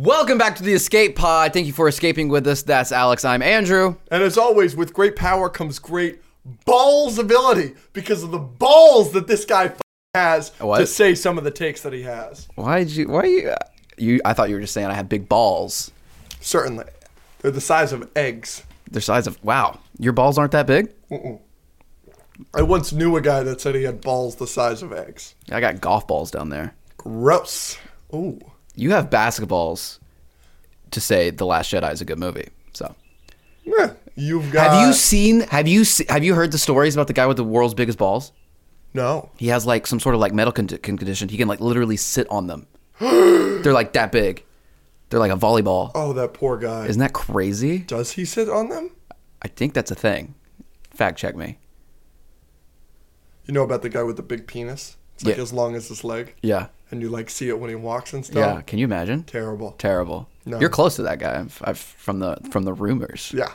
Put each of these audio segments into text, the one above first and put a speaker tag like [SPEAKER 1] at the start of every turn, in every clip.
[SPEAKER 1] Welcome back to the Escape Pod. Thank you for escaping with us. That's Alex. I'm Andrew.
[SPEAKER 2] And as always, with great power comes great balls ability because of the balls that this guy f- has
[SPEAKER 1] Oh, What?
[SPEAKER 2] to say some of the takes that he has.
[SPEAKER 1] Why did you? Why are you? You? I thought you were just saying I have big balls.
[SPEAKER 2] Certainly, they're the size of eggs.
[SPEAKER 1] They're size of wow. Your balls aren't that big.
[SPEAKER 2] I once knew a guy that said he had balls the size of eggs.
[SPEAKER 1] I got golf balls down there.
[SPEAKER 2] Gross. Ooh.
[SPEAKER 1] You have basketballs. To say the Last Jedi is a good movie. So
[SPEAKER 2] Yeah. You've got.
[SPEAKER 1] have you seen? Have you? se- Have you heard the stories about the guy with the world's biggest balls?
[SPEAKER 2] No.
[SPEAKER 1] He has like some sort of like metal condi- con- condition. He can like literally sit on them. They're like that big. They're like a volleyball.
[SPEAKER 2] Oh, that poor guy.
[SPEAKER 1] Isn't that crazy?
[SPEAKER 2] Does he sit on them?
[SPEAKER 1] I think that's a thing. Fact check me.
[SPEAKER 2] You know about the guy with the big penis? It's like
[SPEAKER 1] Yeah.
[SPEAKER 2] as long as his leg.
[SPEAKER 1] Yeah.
[SPEAKER 2] And you like see it when he walks and stuff.
[SPEAKER 1] Yeah. Can you imagine?
[SPEAKER 2] Terrible.
[SPEAKER 1] Terrible.
[SPEAKER 2] No.
[SPEAKER 1] You're close to that guy. I've, I've from the from the rumors.
[SPEAKER 2] Yeah.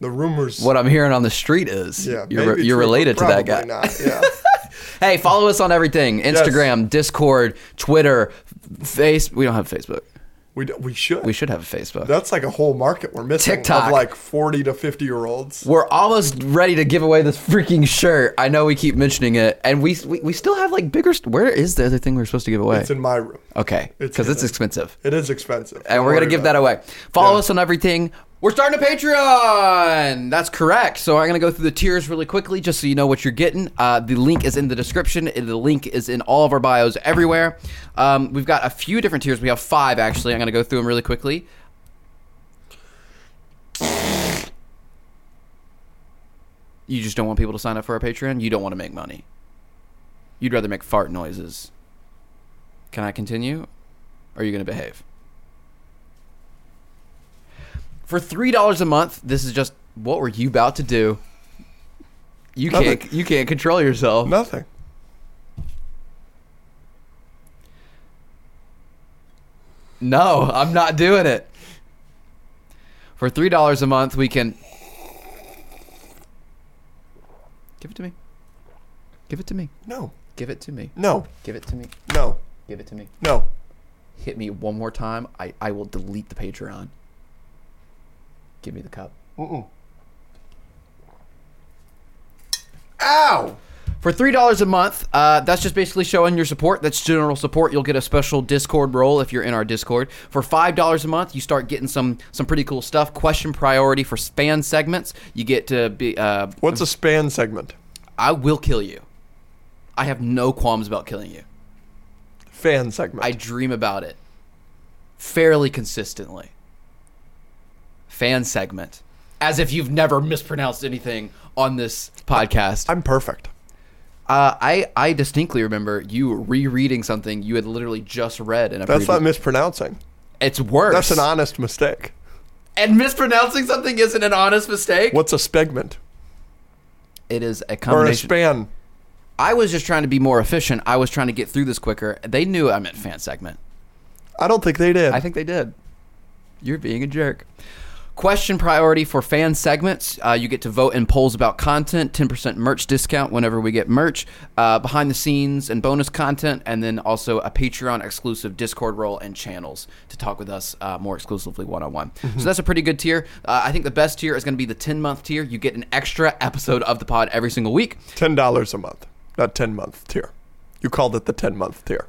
[SPEAKER 2] The rumors.
[SPEAKER 1] What I'm hearing on the street is
[SPEAKER 2] Yeah.
[SPEAKER 1] you're,
[SPEAKER 2] maybe
[SPEAKER 1] you're
[SPEAKER 2] true,
[SPEAKER 1] related to
[SPEAKER 2] but
[SPEAKER 1] that guy.
[SPEAKER 2] probably Not. Yeah.
[SPEAKER 1] Hey, follow us on everything: Instagram, Discord, Twitter, Face. We don't have Facebook.
[SPEAKER 2] we, d- we should.
[SPEAKER 1] We should have a Facebook.
[SPEAKER 2] That's like a whole market we're missing.
[SPEAKER 1] TikTok.
[SPEAKER 2] Of like 40 to 50 year olds.
[SPEAKER 1] We're almost ready to give away this freaking shirt. I know we keep mentioning it, and we we, we still have like bigger. St- where is the other thing we're supposed to give away?
[SPEAKER 2] It's in my room.
[SPEAKER 1] okay,
[SPEAKER 2] it's
[SPEAKER 1] because
[SPEAKER 2] in
[SPEAKER 1] it's
[SPEAKER 2] it.
[SPEAKER 1] expensive,
[SPEAKER 2] It is expensive.
[SPEAKER 1] and
[SPEAKER 2] Don't
[SPEAKER 1] we're gonna
[SPEAKER 2] worry
[SPEAKER 1] give
[SPEAKER 2] about
[SPEAKER 1] that away. Follow
[SPEAKER 2] Yeah.
[SPEAKER 1] us on everything. We're starting a Patreon. That's correct. So I'm gonna go through the tiers really quickly, just so you know what you're getting. Uh, the link is in the description. and The link is in all of our bios everywhere. Um, we've got a few different tiers. We have five actually. I'm gonna go through them really quickly. You just don't want people to sign up for our Patreon. You don't want to make money. You'd rather make fart noises. Can I continue? Or are you going to behave? For three dollars a month, this is just what were you about to do? You
[SPEAKER 2] Nothing.
[SPEAKER 1] can't. You can't control yourself.
[SPEAKER 2] Nothing.
[SPEAKER 1] No, I'm not doing it. For three dollars a month, we can give it to me. Give it to me.
[SPEAKER 2] No.
[SPEAKER 1] Give it to me.
[SPEAKER 2] No.
[SPEAKER 1] Give it to me.
[SPEAKER 2] No.
[SPEAKER 1] Give it to me.
[SPEAKER 2] No.
[SPEAKER 1] Hit me one more time. I, I will delete the Patreon. Give me the cup.
[SPEAKER 2] Mm-mm. Ow!
[SPEAKER 1] For three dollars a month, uh, that's just basically showing your support. That's general support. You'll get a special Discord role if you're in our Discord. For five dollars a month, you start getting some some pretty cool stuff. Question priority for fan segments. You get to be. Uh,
[SPEAKER 2] What's a span segment?
[SPEAKER 1] I will kill you. I have no qualms about killing you.
[SPEAKER 2] Fan segment.
[SPEAKER 1] I dream about it fairly consistently. Fan segment, as if you've never mispronounced anything on this podcast.
[SPEAKER 2] I'm perfect.
[SPEAKER 1] Uh, I I distinctly remember you rereading something you had literally just read in a.
[SPEAKER 2] That's
[SPEAKER 1] previous-
[SPEAKER 2] not mispronouncing.
[SPEAKER 1] It's worse.
[SPEAKER 2] That's an honest mistake.
[SPEAKER 1] and mispronouncing something isn't an honest mistake.
[SPEAKER 2] What's a spegment?
[SPEAKER 1] It is a
[SPEAKER 2] Or a
[SPEAKER 1] combination.
[SPEAKER 2] span?
[SPEAKER 1] I was just trying to be more efficient. I was trying to get through this quicker. They knew I meant fan segment.
[SPEAKER 2] I don't think they did.
[SPEAKER 1] I think they did. You're being a jerk. Question priority for fan segments. Uh, you get to vote in polls about content, 10% merch discount whenever we get merch, uh, behind the scenes and bonus content, and then also a Patreon exclusive Discord role and channels to talk with us uh, more exclusively one on one. So that's a pretty good tier. Uh, I think the best tier is going to be the 10 month tier. You get an extra episode of the pod every single week.
[SPEAKER 2] Ten dollars a month, not ten month tier. You called it the ten month tier.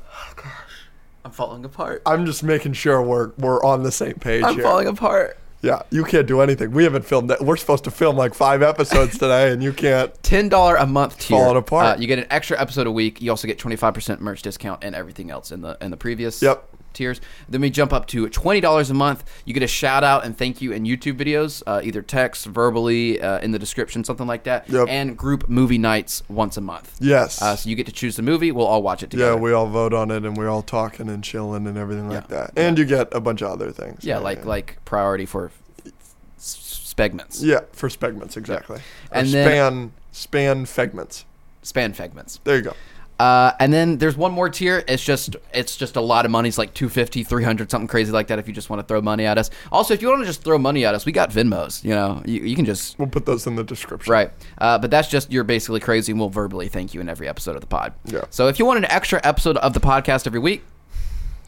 [SPEAKER 1] I'm falling apart.
[SPEAKER 2] I'm just making sure we're we're on the same page
[SPEAKER 1] I'm
[SPEAKER 2] here.
[SPEAKER 1] falling apart.
[SPEAKER 2] Yeah, you can't do anything. We haven't filmed that. We're supposed to film like five episodes today, and you can't.
[SPEAKER 1] ten dollar a month tier.
[SPEAKER 2] Falling apart.
[SPEAKER 1] Uh, you get an extra episode a week. You also get twenty five percent merch discount and everything else in the in the previous
[SPEAKER 2] Yep.
[SPEAKER 1] tiers. Then we jump up to twenty dollars a month. You get a shout out and thank you in YouTube videos, uh, either text, verbally, uh, in the description, something like that.
[SPEAKER 2] Yep.
[SPEAKER 1] And group movie nights once a month.
[SPEAKER 2] Yes.
[SPEAKER 1] Uh, so you get to choose the movie. We'll all watch it together.
[SPEAKER 2] yeah, we all vote on it, and we're all talking and chilling and everything like that. And you get a bunch of other things.
[SPEAKER 1] yeah, like like priority for s- segments,
[SPEAKER 2] yeah for segments exactly.
[SPEAKER 1] And
[SPEAKER 2] And
[SPEAKER 1] then-
[SPEAKER 2] span span segments.
[SPEAKER 1] span segments.
[SPEAKER 2] There you go.
[SPEAKER 1] Uh, and then there's one more tier. It's just it's just a lot of money. It's like 250, 300, something crazy like that. If you just want to throw money at us. Also, if you want to just throw money at us, we got Venmos. You know, you, you can just
[SPEAKER 2] We'll put those in the description.
[SPEAKER 1] right. Uh, but that's just you're basically crazy, and we'll verbally thank you in every episode of the pod.
[SPEAKER 2] Yeah.
[SPEAKER 1] So if you want an extra episode of the podcast every week,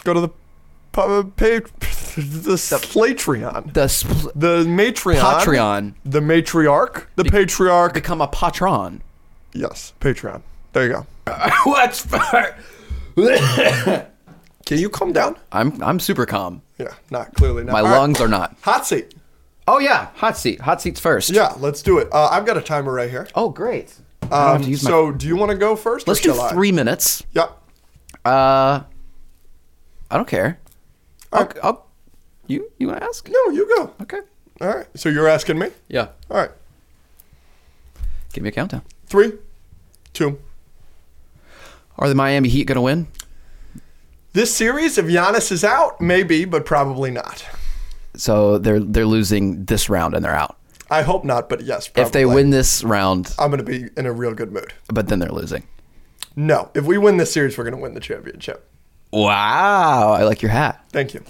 [SPEAKER 2] Go to the pa- page. the Slatrion,
[SPEAKER 1] The spl-
[SPEAKER 2] the Matrion,
[SPEAKER 1] Patreon.
[SPEAKER 2] the Matriarch, the Patriarch.
[SPEAKER 1] become a patron.
[SPEAKER 2] yes, Patreon. There you go.
[SPEAKER 1] What's for?
[SPEAKER 2] Can you calm down?
[SPEAKER 1] I'm I'm super calm.
[SPEAKER 2] Yeah, not clearly not.
[SPEAKER 1] My
[SPEAKER 2] All right.
[SPEAKER 1] lungs are not.
[SPEAKER 2] Hot seat.
[SPEAKER 1] Oh yeah, hot seat. Hot seats first.
[SPEAKER 2] Yeah, let's do it. Uh, I've got a timer right here.
[SPEAKER 1] Oh great. I don't have
[SPEAKER 2] Um,
[SPEAKER 1] to use my-
[SPEAKER 2] so, do you want to go first?
[SPEAKER 1] let's
[SPEAKER 2] or
[SPEAKER 1] do
[SPEAKER 2] shall I?
[SPEAKER 1] three minutes.
[SPEAKER 2] Yep.
[SPEAKER 1] Uh, I don't care. I'll,
[SPEAKER 2] Alright.
[SPEAKER 1] I'll, you you want to ask?
[SPEAKER 2] Oh. No, you go.
[SPEAKER 1] Okay.
[SPEAKER 2] All right. So you're asking me.
[SPEAKER 1] Yeah.
[SPEAKER 2] All right.
[SPEAKER 1] Give me a countdown.
[SPEAKER 2] Three, two.
[SPEAKER 1] Are the Miami Heat gonna win?
[SPEAKER 2] This series, if Giannis is out, maybe, but probably not.
[SPEAKER 1] So they're they're losing this round and they're out.
[SPEAKER 2] I hope not, but yes. Probably.
[SPEAKER 1] If they win this round,
[SPEAKER 2] I'm going to be in a real good mood.
[SPEAKER 1] but then they're losing.
[SPEAKER 2] No, if we win this series, we're going to win the championship.
[SPEAKER 1] Wow, I like your hat.
[SPEAKER 2] Thank you.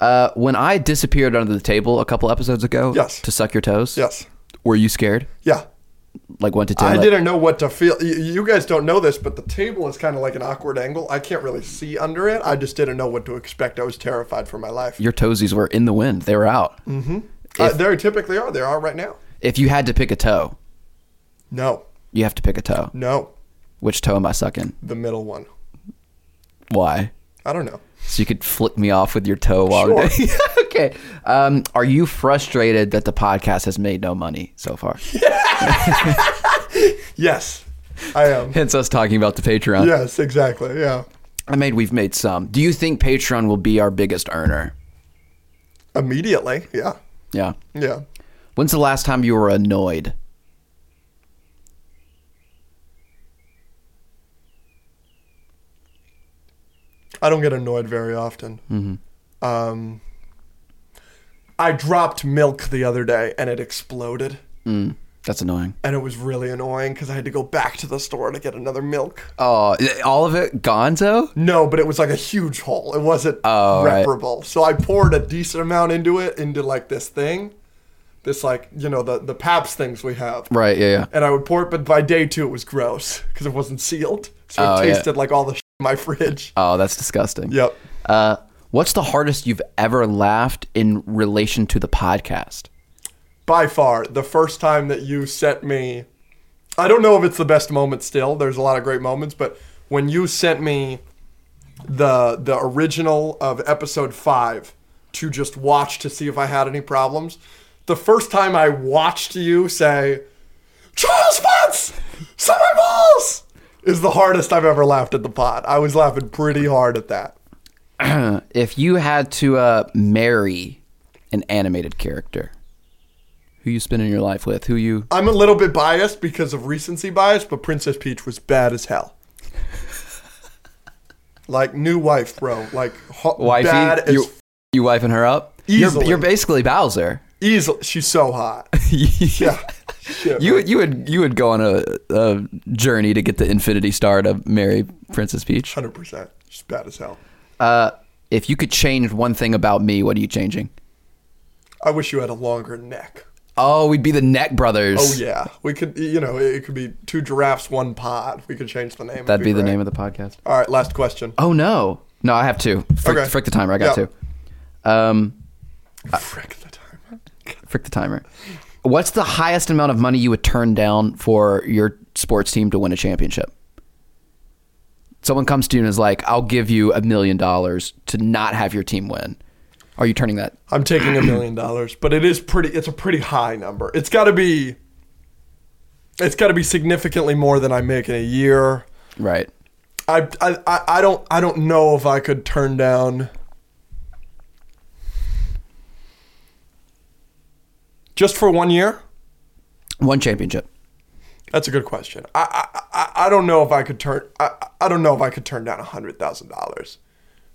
[SPEAKER 1] Uh, when I disappeared under the table a couple episodes ago
[SPEAKER 2] Yes.
[SPEAKER 1] to suck your toes,
[SPEAKER 2] Yes.
[SPEAKER 1] were you scared?
[SPEAKER 2] Yeah.
[SPEAKER 1] Like one to ten?
[SPEAKER 2] I
[SPEAKER 1] like-
[SPEAKER 2] didn't know what to feel. You, you guys don't know this, but the table is kind of like an awkward angle. I can't really see under it. I just didn't know what to expect. I was terrified for my life.
[SPEAKER 1] Your toesies were in the wind; they were out. Mm-hmm.
[SPEAKER 2] Uh,
[SPEAKER 1] If,
[SPEAKER 2] there typically are. There are right now.
[SPEAKER 1] if you had to pick a toe,
[SPEAKER 2] No.
[SPEAKER 1] you have to pick a toe.
[SPEAKER 2] No.
[SPEAKER 1] Which toe am I sucking?
[SPEAKER 2] The middle one.
[SPEAKER 1] Why?
[SPEAKER 2] I don't know.
[SPEAKER 1] So you could flick me off with your toe while
[SPEAKER 2] Sure.
[SPEAKER 1] we're doing. okay. Um, are you frustrated that the podcast has made no money so far?
[SPEAKER 2] Yes, I am.
[SPEAKER 1] Hence us talking about the Patreon.
[SPEAKER 2] yes, exactly. Yeah.
[SPEAKER 1] I made. We've made some. Do you think Patreon will be our biggest earner?
[SPEAKER 2] Immediately. Yeah.
[SPEAKER 1] Yeah.
[SPEAKER 2] Yeah.
[SPEAKER 1] When's the last time you were annoyed?
[SPEAKER 2] I don't get annoyed very often. Mm-hmm. Um, I dropped milk the other day and it exploded.
[SPEAKER 1] Mm, that's annoying.
[SPEAKER 2] And it was really annoying because I had to go back to the store to get another milk.
[SPEAKER 1] Oh, i- all of it, Gonzo.
[SPEAKER 2] No, but it was like a huge hole. It wasn't
[SPEAKER 1] Oh, right.
[SPEAKER 2] reparable. So I poured a decent amount into it, into like this thing, this like, you know, the, the PAPS things we have.
[SPEAKER 1] Right. Yeah. Yeah.
[SPEAKER 2] and I would pour it, but by day two it was gross because it wasn't sealed, so it
[SPEAKER 1] Oh, yeah.
[SPEAKER 2] tasted like all the shit in my fridge.
[SPEAKER 1] Oh, that's disgusting.
[SPEAKER 2] Yep.
[SPEAKER 1] Uh, what's the hardest you've ever laughed in relation to the podcast?
[SPEAKER 2] By far, the first time that you sent me, I don't know if it's the best moment still. There's a lot of great moments, but when you sent me the the original of episode five to just watch to see if I had any problems, the first time I watched you say, Charles Potts, suck my balls, is the hardest I've ever laughed at the pot. I was laughing pretty hard at that.
[SPEAKER 1] if you had to uh, marry an animated character, who you spending your life with? Who you?
[SPEAKER 2] I'm a little bit biased because of recency bias, but Princess Peach was bad as hell. like new wife, bro. Like ho-
[SPEAKER 1] Wifey,
[SPEAKER 2] bad as
[SPEAKER 1] you, you wifing her up?
[SPEAKER 2] Easily.
[SPEAKER 1] You're, you're basically Bowser.
[SPEAKER 2] easily. She's so hot. Yeah. Shit,
[SPEAKER 1] You
[SPEAKER 2] man.
[SPEAKER 1] would you would you would go on a, a journey to get the Infinity Star to marry Princess
[SPEAKER 2] Uh,
[SPEAKER 1] Peach.
[SPEAKER 2] 100%. She's bad as hell.
[SPEAKER 1] Uh, if you could change one thing about me, what are you changing?
[SPEAKER 2] I wish you had a longer neck.
[SPEAKER 1] Oh, we'd be the Neck Brothers.
[SPEAKER 2] Oh yeah, we could. You know, it could be two giraffes, one pod. We could change the name. It'd
[SPEAKER 1] that'd be the
[SPEAKER 2] great.
[SPEAKER 1] name of the podcast.
[SPEAKER 2] All right, last question.
[SPEAKER 1] Oh no, no, I have two. Frick,
[SPEAKER 2] Okay.
[SPEAKER 1] frick the timer. I got
[SPEAKER 2] Yeah.
[SPEAKER 1] two. Um,
[SPEAKER 2] Frick the timer.
[SPEAKER 1] frick the timer. What's the highest amount of money you would turn down for your sports team to win a championship? Someone comes to you and is like, "I'll give you a million dollars to not have your team win." Are you turning that?
[SPEAKER 2] I'm taking a million dollars, but it is pretty. It's a pretty high number. It's got to be. It's got to be significantly more than I make in a year.
[SPEAKER 1] Right.
[SPEAKER 2] I, I I I don't I don't know if I could turn down. Just for one year?
[SPEAKER 1] One championship.
[SPEAKER 2] That's a good question. I I, I- I don't know if I could turn I, I- I don't know if I could turn down hundred thousand dollars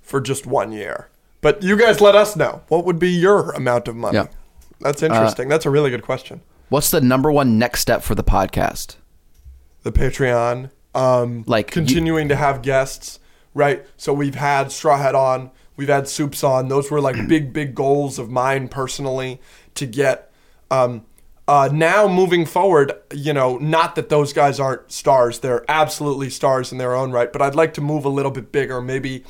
[SPEAKER 2] for just one year. But you guys let us know. What would be your amount of money?
[SPEAKER 1] Yeah.
[SPEAKER 2] That's interesting. That's a really good question.
[SPEAKER 1] What's the number one next step for the podcast?
[SPEAKER 2] the Patreon, um,
[SPEAKER 1] Like, you-
[SPEAKER 2] continuing to have guests, right? So we've had Straw Hat on, we've had Soups on. Those were like big, big goals of mine personally to get. Um, uh, now moving forward, you know, not that those guys aren't stars; they're absolutely stars in their own right. But I'd like to move a little bit bigger, maybe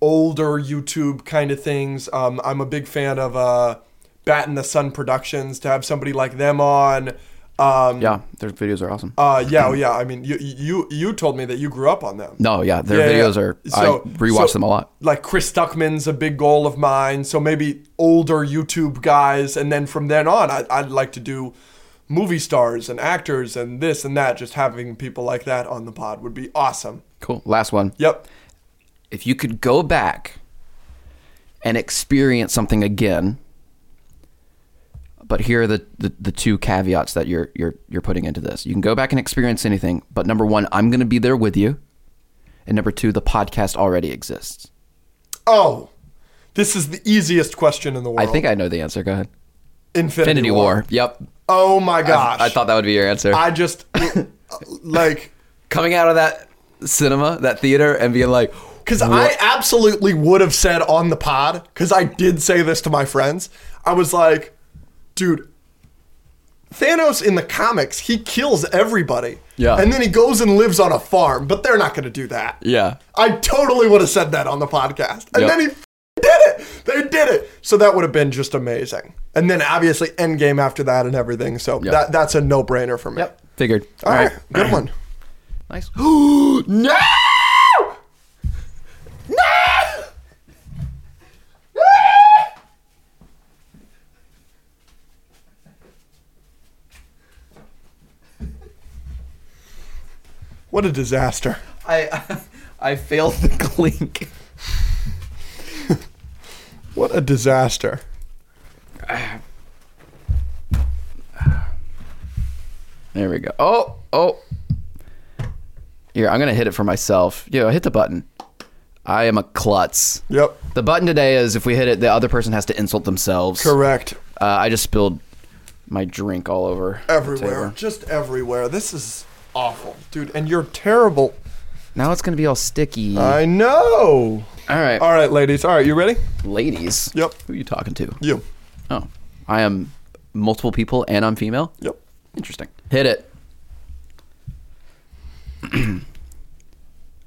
[SPEAKER 2] older YouTube kind of things. Um, I'm a big fan of uh, Bat in the Sun Productions to have somebody like them on. Um,
[SPEAKER 1] Yeah, their videos are awesome.
[SPEAKER 2] Uh, yeah, oh, yeah. I mean, you you you told me that you grew up on them.
[SPEAKER 1] no, Oh, yeah, their
[SPEAKER 2] yeah, yeah.
[SPEAKER 1] videos are.
[SPEAKER 2] So-
[SPEAKER 1] I rewatch
[SPEAKER 2] so-
[SPEAKER 1] them a lot.
[SPEAKER 2] Like Chris Stuckman's a big goal of mine. So maybe older YouTube guys, and then from then on, I, I'd like to do movie stars and actors and this and that. Just having people like that on the pod would be awesome.
[SPEAKER 1] Cool. Last one.
[SPEAKER 2] Yep.
[SPEAKER 1] If you could go back and experience something again, but here are the, the, the two caveats that you're you're you're putting into this. You can go back and experience anything, but number one, I'm going to be there with you, and number two, the podcast already exists.
[SPEAKER 2] Oh, this is the easiest question in the
[SPEAKER 1] I
[SPEAKER 2] world.
[SPEAKER 1] think I know the answer. Go ahead.
[SPEAKER 2] Infinity,
[SPEAKER 1] Infinity War. Yep.
[SPEAKER 2] Oh my gosh!
[SPEAKER 1] I thought that would be your answer.
[SPEAKER 2] I just like
[SPEAKER 1] Coming out of that cinema, that theater, and being like,
[SPEAKER 2] Because I absolutely would have said on the pod, because I did say this to my friends. I was like, dude, Thanos in the comics, he kills everybody.
[SPEAKER 1] Yeah.
[SPEAKER 2] And then he goes and lives on a farm, but they're not going to do that.
[SPEAKER 1] yeah,
[SPEAKER 2] I totally would have said that on the podcast. And
[SPEAKER 1] Yep.
[SPEAKER 2] then he f- did it. They did it. So that would have been just amazing. And then obviously Endgame after that and everything. So
[SPEAKER 1] Yep.
[SPEAKER 2] that, that's a no brainer for me.
[SPEAKER 1] figured.
[SPEAKER 2] All right. Good one.
[SPEAKER 1] Nice.
[SPEAKER 2] No! No! What a disaster.
[SPEAKER 1] I I failed the clink.
[SPEAKER 2] What a disaster.
[SPEAKER 1] There we go. Oh, oh. Here, I'm gonna hit it for myself. Yo, hit the button. I am a klutz.
[SPEAKER 2] Yep.
[SPEAKER 1] The button today is if we hit it, the other person has to insult themselves.
[SPEAKER 2] Correct.
[SPEAKER 1] Uh, I just spilled my drink all over the
[SPEAKER 2] Everywhere.
[SPEAKER 1] table.
[SPEAKER 2] Just everywhere. This is awful. Dude, and you're terrible.
[SPEAKER 1] Now it's gonna be all sticky.
[SPEAKER 2] I know.
[SPEAKER 1] all right,
[SPEAKER 2] All right, ladies. All right, you ready?
[SPEAKER 1] ladies.
[SPEAKER 2] Yep.
[SPEAKER 1] Who are you talking to?
[SPEAKER 2] You.
[SPEAKER 1] Oh, I am multiple people and I'm female.
[SPEAKER 2] Yep.
[SPEAKER 1] Interesting. Hit it.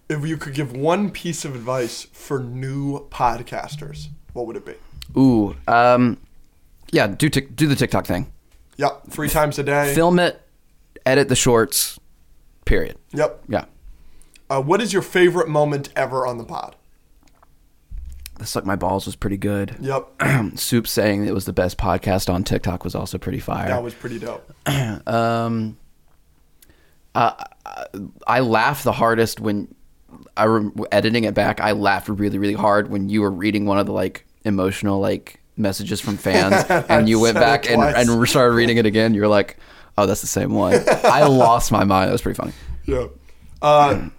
[SPEAKER 2] If you could give one piece of advice for new podcasters, what would it be?
[SPEAKER 1] Ooh. Um. Yeah. Do tic- do the TikTok thing.
[SPEAKER 2] Yep, three times a day.
[SPEAKER 1] Film it. Edit the shorts. Period.
[SPEAKER 2] Yep.
[SPEAKER 1] Yeah.
[SPEAKER 2] Uh, what is your favorite moment ever on the pod?
[SPEAKER 1] The suck my balls was pretty good.
[SPEAKER 2] Yep,
[SPEAKER 1] Soup saying it was the best podcast on TikTok was also pretty fire.
[SPEAKER 2] that was pretty dope.
[SPEAKER 1] Um, uh, I laughed the hardest when I rem editing it back. I laughed really, really hard when you were reading one of the like emotional like messages from fans, and you went
[SPEAKER 2] said it
[SPEAKER 1] back and,
[SPEAKER 2] twice.
[SPEAKER 1] and started reading it again. You were like, "Oh, that's the same one." I lost my mind. That was pretty funny.
[SPEAKER 2] Yep. Uh,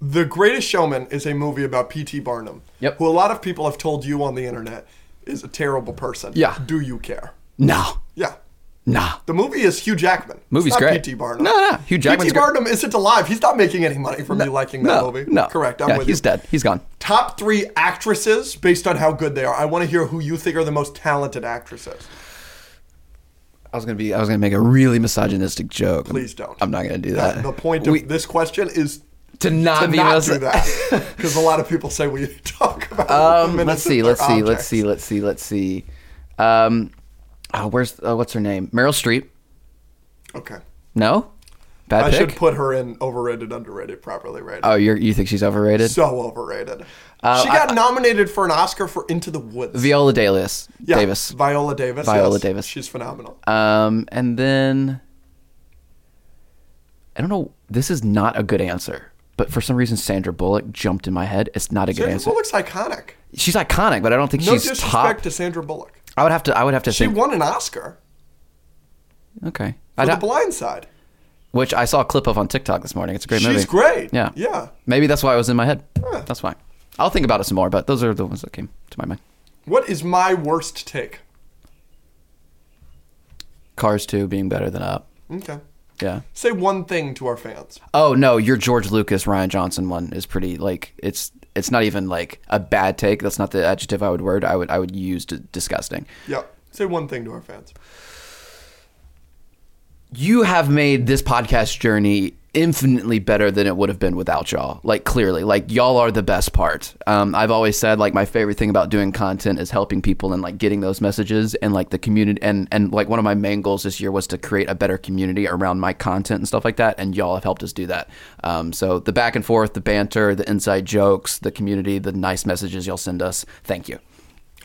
[SPEAKER 2] the Greatest Showman is a movie about P.T. Barnum,
[SPEAKER 1] Yep.
[SPEAKER 2] who a lot of people have told you on the internet is a terrible person.
[SPEAKER 1] Yeah.
[SPEAKER 2] Do you care?
[SPEAKER 1] No,
[SPEAKER 2] Yeah.
[SPEAKER 1] nah.
[SPEAKER 2] The movie is Hugh Jackman.
[SPEAKER 1] Movie's
[SPEAKER 2] it's not
[SPEAKER 1] great.
[SPEAKER 2] P.T. Barnum.
[SPEAKER 1] No, no, Hugh Jackman's
[SPEAKER 2] P.T.
[SPEAKER 1] great.
[SPEAKER 2] Barnum isn't alive. He's not making any money from you liking that
[SPEAKER 1] no,
[SPEAKER 2] movie.
[SPEAKER 1] no.
[SPEAKER 2] Correct. I'm
[SPEAKER 1] yeah,
[SPEAKER 2] with
[SPEAKER 1] he's
[SPEAKER 2] you.
[SPEAKER 1] dead. He's gone.
[SPEAKER 2] Top three actresses based on how good they are. I want to hear who you think are the most talented actresses.
[SPEAKER 1] I was gonna be. I was gonna make a really misogynistic joke.
[SPEAKER 2] Please don't.
[SPEAKER 1] I'm not gonna do
[SPEAKER 2] That-
[SPEAKER 1] that.
[SPEAKER 2] the point of
[SPEAKER 1] We-
[SPEAKER 2] this question is
[SPEAKER 1] to not
[SPEAKER 2] to
[SPEAKER 1] be
[SPEAKER 2] not
[SPEAKER 1] mis-
[SPEAKER 2] do that because a lot of people say we talk about.
[SPEAKER 1] Um,
[SPEAKER 2] women
[SPEAKER 1] let's
[SPEAKER 2] as
[SPEAKER 1] see,
[SPEAKER 2] their
[SPEAKER 1] let's see, let's
[SPEAKER 2] objects.
[SPEAKER 1] see, let's see, let's see. Um, oh, where's uh, what's her name? Meryl Streep.
[SPEAKER 2] Okay,
[SPEAKER 1] No, bad
[SPEAKER 2] I
[SPEAKER 1] pick.
[SPEAKER 2] should put her in overrated, underrated, properly rated.
[SPEAKER 1] oh, you you think she's overrated?
[SPEAKER 2] so overrated.
[SPEAKER 1] Uh,
[SPEAKER 2] she got nominated for an Oscar for Into the Woods.
[SPEAKER 1] Viola Davis.
[SPEAKER 2] Yeah,
[SPEAKER 1] Davis.
[SPEAKER 2] Viola Davis.
[SPEAKER 1] Viola
[SPEAKER 2] yes.
[SPEAKER 1] Davis.
[SPEAKER 2] She's phenomenal.
[SPEAKER 1] Um, and then I don't know. This is not a good answer, but for some reason Sandra Bullock jumped in my head. It's not a good
[SPEAKER 2] Sandra
[SPEAKER 1] answer.
[SPEAKER 2] Bullock's iconic.
[SPEAKER 1] She's iconic, but I don't think
[SPEAKER 2] No
[SPEAKER 1] she's
[SPEAKER 2] disrespect
[SPEAKER 1] top.
[SPEAKER 2] to Sandra Bullock.
[SPEAKER 1] I would have to. I would have to
[SPEAKER 2] She
[SPEAKER 1] think.
[SPEAKER 2] won an Oscar
[SPEAKER 1] okay.
[SPEAKER 2] for
[SPEAKER 1] I'd
[SPEAKER 2] The
[SPEAKER 1] ha-
[SPEAKER 2] Blind Side.
[SPEAKER 1] which I saw a clip of on TikTok this morning. It's a great movie.
[SPEAKER 2] She's great.
[SPEAKER 1] Yeah.
[SPEAKER 2] Yeah.
[SPEAKER 1] Maybe that's why it was in my head.
[SPEAKER 2] Huh.
[SPEAKER 1] That's why. I'll think about it some more, but those are the ones that came to my mind.
[SPEAKER 2] What is my worst take?
[SPEAKER 1] Cars 2 being better than Up.
[SPEAKER 2] Okay.
[SPEAKER 1] Yeah.
[SPEAKER 2] Say one thing to our fans.
[SPEAKER 1] Oh no, your George Lucas Ryan Johnson one is pretty like it's it's not even like a bad take. That's not the adjective I would word. I would I would use to disgusting.
[SPEAKER 2] Yep. Say one thing to our fans.
[SPEAKER 1] you have made this podcast journey infinitely better than it would have been without y'all like clearly like y'all are the best part um, i've always said like my favorite thing about doing content is helping people and like getting those messages and like the community and and like one of my main goals this year was to create a better community around my content and stuff like that and y'all have helped us do that um, so the back and forth the banter the inside jokes the community the nice messages y'all send us thank you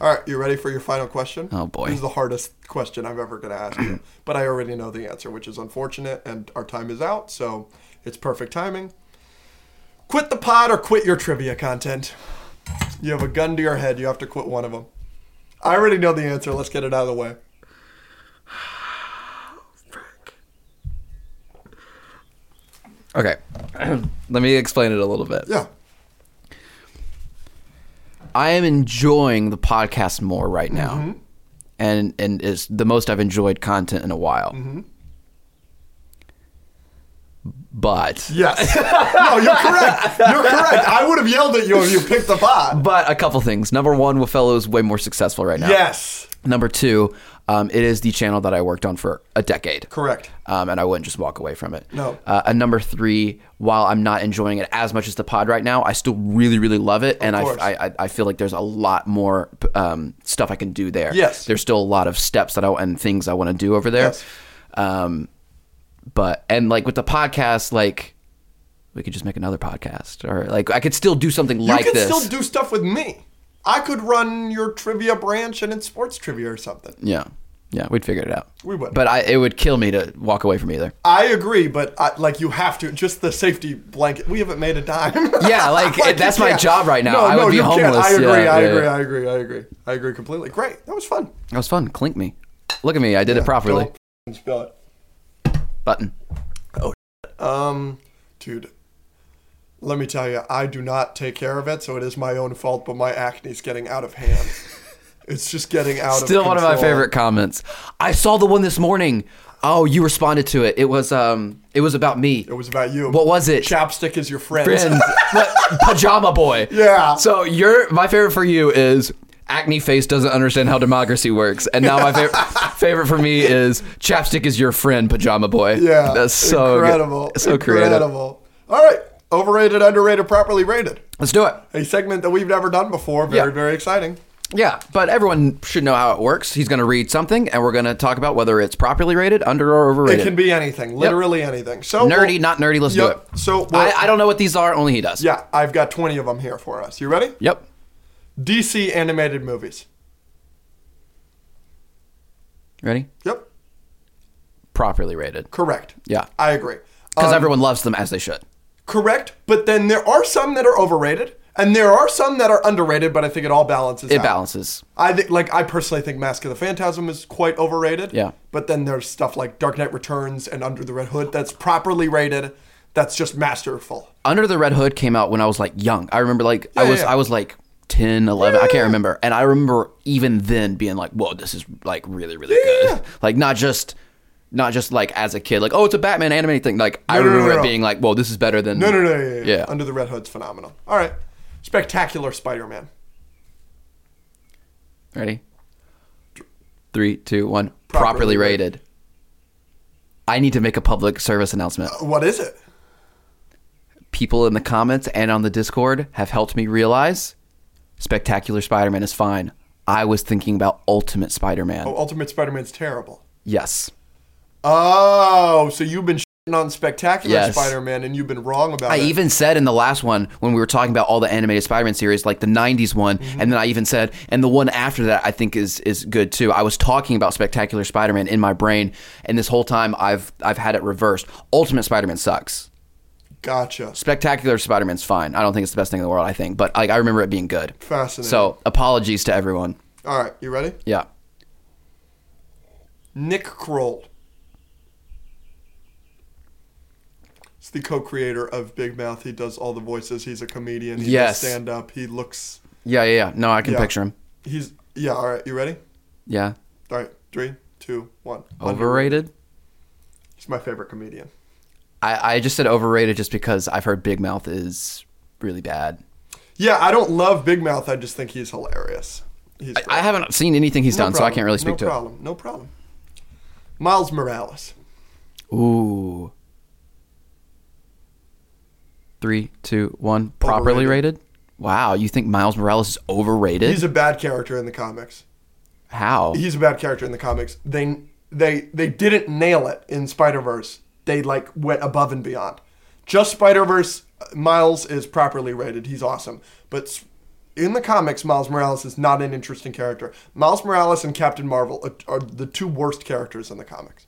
[SPEAKER 2] All right, you ready for your final question?
[SPEAKER 1] Oh, boy.
[SPEAKER 2] This is the hardest question I'm ever going to ask you, but I already know the answer, which is unfortunate, and our time is out, so it's perfect timing. Quit the pod or quit your trivia content. You have a gun to your head. You have to quit one of them. I already know the answer. Let's get it out of the way.
[SPEAKER 1] okay let me explain it a little bit
[SPEAKER 2] Yeah.
[SPEAKER 1] I am enjoying the podcast more right now, and and it's the most I've enjoyed content in a while. But
[SPEAKER 2] Yes. no, you're correct. You're correct. I would have yelled at you if you picked the pod.
[SPEAKER 1] but a couple things. Number one, Wafelo is way more successful right now.
[SPEAKER 2] Yes.
[SPEAKER 1] Number two, um, it is the channel that I worked on for a decade.
[SPEAKER 2] Correct.
[SPEAKER 1] Um, and I wouldn't just walk away from it.
[SPEAKER 2] No.
[SPEAKER 1] Uh, and number three, while I'm not enjoying it as much as the pod right now, I still really, really love it, and I,
[SPEAKER 2] course.
[SPEAKER 1] I, I- I feel like there's a lot more p- um, stuff I can do there.
[SPEAKER 2] Yes.
[SPEAKER 1] there's still a lot of steps that I and things I want to do over there.
[SPEAKER 2] Yes.
[SPEAKER 1] Um, but and like with the podcast, like we could just make another podcast, or like I could still do something
[SPEAKER 2] You
[SPEAKER 1] like
[SPEAKER 2] can
[SPEAKER 1] this.
[SPEAKER 2] still do stuff with me. I could run your trivia branch and it's sports trivia or something.
[SPEAKER 1] yeah, yeah, we'd figure it out.
[SPEAKER 2] We would.
[SPEAKER 1] but I, it would kill me to walk away from either.
[SPEAKER 2] I agree, but I, like you have to just the safety blanket. We haven't made a dime.
[SPEAKER 1] Yeah, like,
[SPEAKER 2] you
[SPEAKER 1] that's my
[SPEAKER 2] can't.
[SPEAKER 1] job right now.
[SPEAKER 2] No,
[SPEAKER 1] I
[SPEAKER 2] no,
[SPEAKER 1] would be
[SPEAKER 2] you can't.
[SPEAKER 1] homeless.
[SPEAKER 2] I agree.
[SPEAKER 1] Yeah,
[SPEAKER 2] I
[SPEAKER 1] yeah,
[SPEAKER 2] agree.
[SPEAKER 1] yeah.
[SPEAKER 2] I agree. I agree. I agree completely. Great. That was fun.
[SPEAKER 1] That was fun. Clink me. Look at me. I did it properly.
[SPEAKER 2] Don't f***ing spell it.
[SPEAKER 1] Button.
[SPEAKER 2] Um, dude, let me tell you, I do not take care of it, so it is my own fault. But my acne's getting out of hand. it's just getting out.
[SPEAKER 1] Still
[SPEAKER 2] of
[SPEAKER 1] one of my
[SPEAKER 2] control.
[SPEAKER 1] favorite comments. I saw the one this morning. Oh, you responded to it. It was um, it was about me.
[SPEAKER 2] It was about you.
[SPEAKER 1] What was it?
[SPEAKER 2] Chapstick is your friend.
[SPEAKER 1] Friends. What? Pajama boy.
[SPEAKER 2] Yeah.
[SPEAKER 1] So your my favorite for you is acne face doesn't understand how democracy works, and now my favorite favorite for me is chapstick is your friend. Pajama boy.
[SPEAKER 2] Yeah,
[SPEAKER 1] That's so good.
[SPEAKER 2] incredible.
[SPEAKER 1] So creative.
[SPEAKER 2] incredible. All right, overrated, underrated, properly rated.
[SPEAKER 1] Let's do it.
[SPEAKER 2] A segment that we've never done before. Very,
[SPEAKER 1] Yeah.
[SPEAKER 2] very exciting.
[SPEAKER 1] Yeah, but everyone should know how it works. He's going to read something, and we're going to talk about whether it's properly rated, under, or
[SPEAKER 2] It
[SPEAKER 1] overrated.
[SPEAKER 2] can be anything, literally anything. So
[SPEAKER 1] nerdy,
[SPEAKER 2] we'll-
[SPEAKER 1] not nerdy. Let's
[SPEAKER 2] Yep.
[SPEAKER 1] do it.
[SPEAKER 2] So we'll-
[SPEAKER 1] I, I don't know what these are. Only he does.
[SPEAKER 2] yeah, I've got twenty of them here for us. You ready?
[SPEAKER 1] Yep.
[SPEAKER 2] DC animated movies.
[SPEAKER 1] Ready?
[SPEAKER 2] Yep,
[SPEAKER 1] Properly rated.
[SPEAKER 2] correct.
[SPEAKER 1] Yeah,
[SPEAKER 2] I agree.
[SPEAKER 1] because
[SPEAKER 2] Um,
[SPEAKER 1] everyone loves them as they should.
[SPEAKER 2] correct, but then there are some that are overrated, and there are some that are underrated. But I think it all balances.
[SPEAKER 1] It
[SPEAKER 2] out.
[SPEAKER 1] balances.
[SPEAKER 2] I think, like, I personally think Mask of the Phantasm is quite overrated.
[SPEAKER 1] Yeah.
[SPEAKER 2] But then there's stuff like Dark Knight Returns and Under the Red Hood that's properly rated. That's just masterful.
[SPEAKER 1] Under the Red Hood came out when I was like young. I remember like I
[SPEAKER 2] Yeah,
[SPEAKER 1] was
[SPEAKER 2] yeah.
[SPEAKER 1] I was like 10, 11, I can't remember. And I remember even then being like, "Whoa, this is like really really good." Like not just not just like as a kid like, "Oh, it's a Batman animated thing." Like I
[SPEAKER 2] No, no, no,
[SPEAKER 1] remember
[SPEAKER 2] no, no.
[SPEAKER 1] it being like, "Whoa, this is better than
[SPEAKER 2] No, no, no, yeah, yeah, yeah.
[SPEAKER 1] Hmm. Yeah.
[SPEAKER 2] Under the Red Hood's phenomenal. All right, spectacular Spider-Man.
[SPEAKER 1] Ready? Three, two, one.
[SPEAKER 2] Properly
[SPEAKER 1] Properly, rated. I need to make a public service announcement.
[SPEAKER 2] What is it?
[SPEAKER 1] People in the comments and on the Discord have helped me realize Spectacular Spider Man is fine. I was thinking about Ultimate Spider Man.
[SPEAKER 2] Oh, Ultimate Spider-Man's terrible.
[SPEAKER 1] Yes.
[SPEAKER 2] Oh, so you've been shitting on spectacular
[SPEAKER 1] Yes.
[SPEAKER 2] Spider-Man and you've been wrong about
[SPEAKER 1] I
[SPEAKER 2] it.
[SPEAKER 1] even said in the last one when we were talking about all the animated Spider-Man series, like the '90s one, and then I even said, and the one after that, I think is is good too. I was talking about Spectacular Spider-Man in my brain, and this whole time I've I've had it reversed. Ultimate Spider-Man sucks.
[SPEAKER 2] gotcha.
[SPEAKER 1] Spectacular Spider-Man's fine. I don't think it's the best thing in the world. I think, but like I remember it being good.
[SPEAKER 2] Fascinating.
[SPEAKER 1] So apologies to everyone.
[SPEAKER 2] All right, you ready?
[SPEAKER 1] Yeah,
[SPEAKER 2] Nick Kroll. He's the co-creator of Big Mouth. He does all the voices. He's a comedian. He
[SPEAKER 1] Yes.
[SPEAKER 2] does stand up. He looks.
[SPEAKER 1] yeah, yeah, yeah. No, I can
[SPEAKER 2] Yeah.
[SPEAKER 1] picture him.
[SPEAKER 2] He's yeah. All right, you ready?
[SPEAKER 1] Yeah,
[SPEAKER 2] All right, three, two, one.
[SPEAKER 1] overrated.
[SPEAKER 2] He's my favorite comedian.
[SPEAKER 1] I I just said overrated just because I've heard Big Mouth is really bad.
[SPEAKER 2] Yeah, I don't love Big Mouth. I just think he's hilarious. He's
[SPEAKER 1] I haven't seen anything he's done, so I can't really speak
[SPEAKER 2] no
[SPEAKER 1] to it.
[SPEAKER 2] problem. No problem. Miles Morales.
[SPEAKER 1] Ooh. Three, two, one. Properly
[SPEAKER 2] Overrated.
[SPEAKER 1] rated. Wow, you think Miles Morales is overrated?
[SPEAKER 2] He's a bad character in the comics.
[SPEAKER 1] How?
[SPEAKER 2] He's a bad character in the comics. They they they didn't nail it in Spider Verse. They like went above and beyond. Just Spider Verse, Miles is properly rated. He's awesome, but s- in the comics, Miles Morales is not an interesting character. Miles Morales and Captain Marvel are- are the two worst characters in the comics.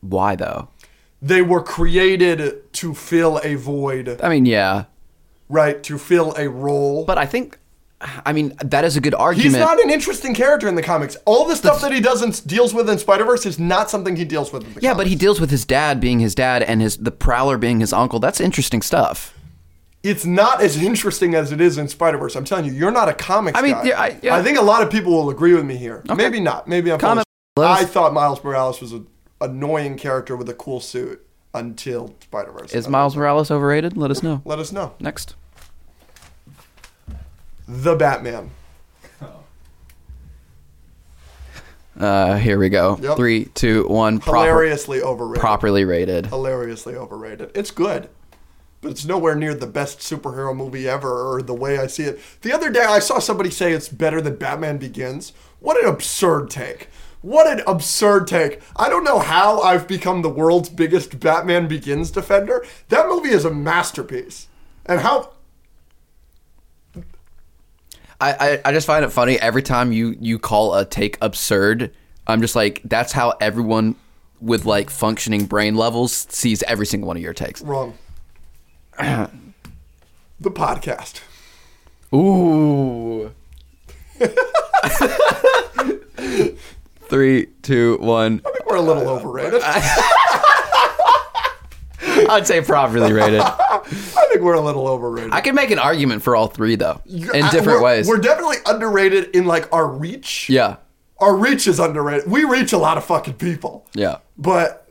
[SPEAKER 1] Why though?
[SPEAKER 2] They were created to fill a void,
[SPEAKER 1] I mean, yeah,
[SPEAKER 2] right? To fill a role.
[SPEAKER 1] but I think, I mean, that is a good
[SPEAKER 2] He's
[SPEAKER 1] argument.
[SPEAKER 2] not an interesting character in the comics. All the stuff that he does not deals with in Spider Verse is not something he deals with in the
[SPEAKER 1] yeah, but
[SPEAKER 2] comics.
[SPEAKER 1] he deals with his dad being his dad and his the Prowler being his uncle. That's interesting stuff.
[SPEAKER 2] it's not as interesting as it is in Spider Verse. I'm telling you, you're not a comics
[SPEAKER 1] I mean,
[SPEAKER 2] guy.
[SPEAKER 1] yeah, I- yeah.
[SPEAKER 2] think a lot of people will agree with me here. Maybe not. Maybe I'm. full of
[SPEAKER 1] Comment
[SPEAKER 2] shit.
[SPEAKER 1] below.
[SPEAKER 2] I thought Miles Morales was an annoying character with a cool suit until Spider Verse.
[SPEAKER 1] Is Miles Morales overrated? Let us know.
[SPEAKER 2] Let us know.
[SPEAKER 1] Next.
[SPEAKER 2] The Batman.
[SPEAKER 1] Uh, here we go.
[SPEAKER 2] Yep.
[SPEAKER 1] Three, two, one. Proper,
[SPEAKER 2] Hilariously overrated.
[SPEAKER 1] properly rated.
[SPEAKER 2] hilariously overrated. It's good, but it's nowhere near the best superhero movie ever or the way I see it. The other day I saw somebody say it's better than Batman Begins. What an absurd take. What an absurd take. I don't know how I've become the world's biggest Batman Begins defender. That movie is a masterpiece. And how
[SPEAKER 1] I, I, I just find it funny every time you you call a take absurd. I'm just like, that's how everyone with like functioning brain levels sees every single one of your takes.
[SPEAKER 2] wrong. the podcast.
[SPEAKER 1] Ooh. Three, two, one.
[SPEAKER 2] I think we're a
[SPEAKER 1] Uh,
[SPEAKER 2] little overrated.
[SPEAKER 1] I'd say properly rated.
[SPEAKER 2] I think we're a little overrated.
[SPEAKER 1] I can make an argument for all three though,
[SPEAKER 2] You're-
[SPEAKER 1] in
[SPEAKER 2] I-
[SPEAKER 1] different
[SPEAKER 2] we're-
[SPEAKER 1] ways.
[SPEAKER 2] We're definitely underrated in like our reach.
[SPEAKER 1] yeah,
[SPEAKER 2] Our reach is underrated. We reach a lot of fucking people.
[SPEAKER 1] yeah.
[SPEAKER 2] But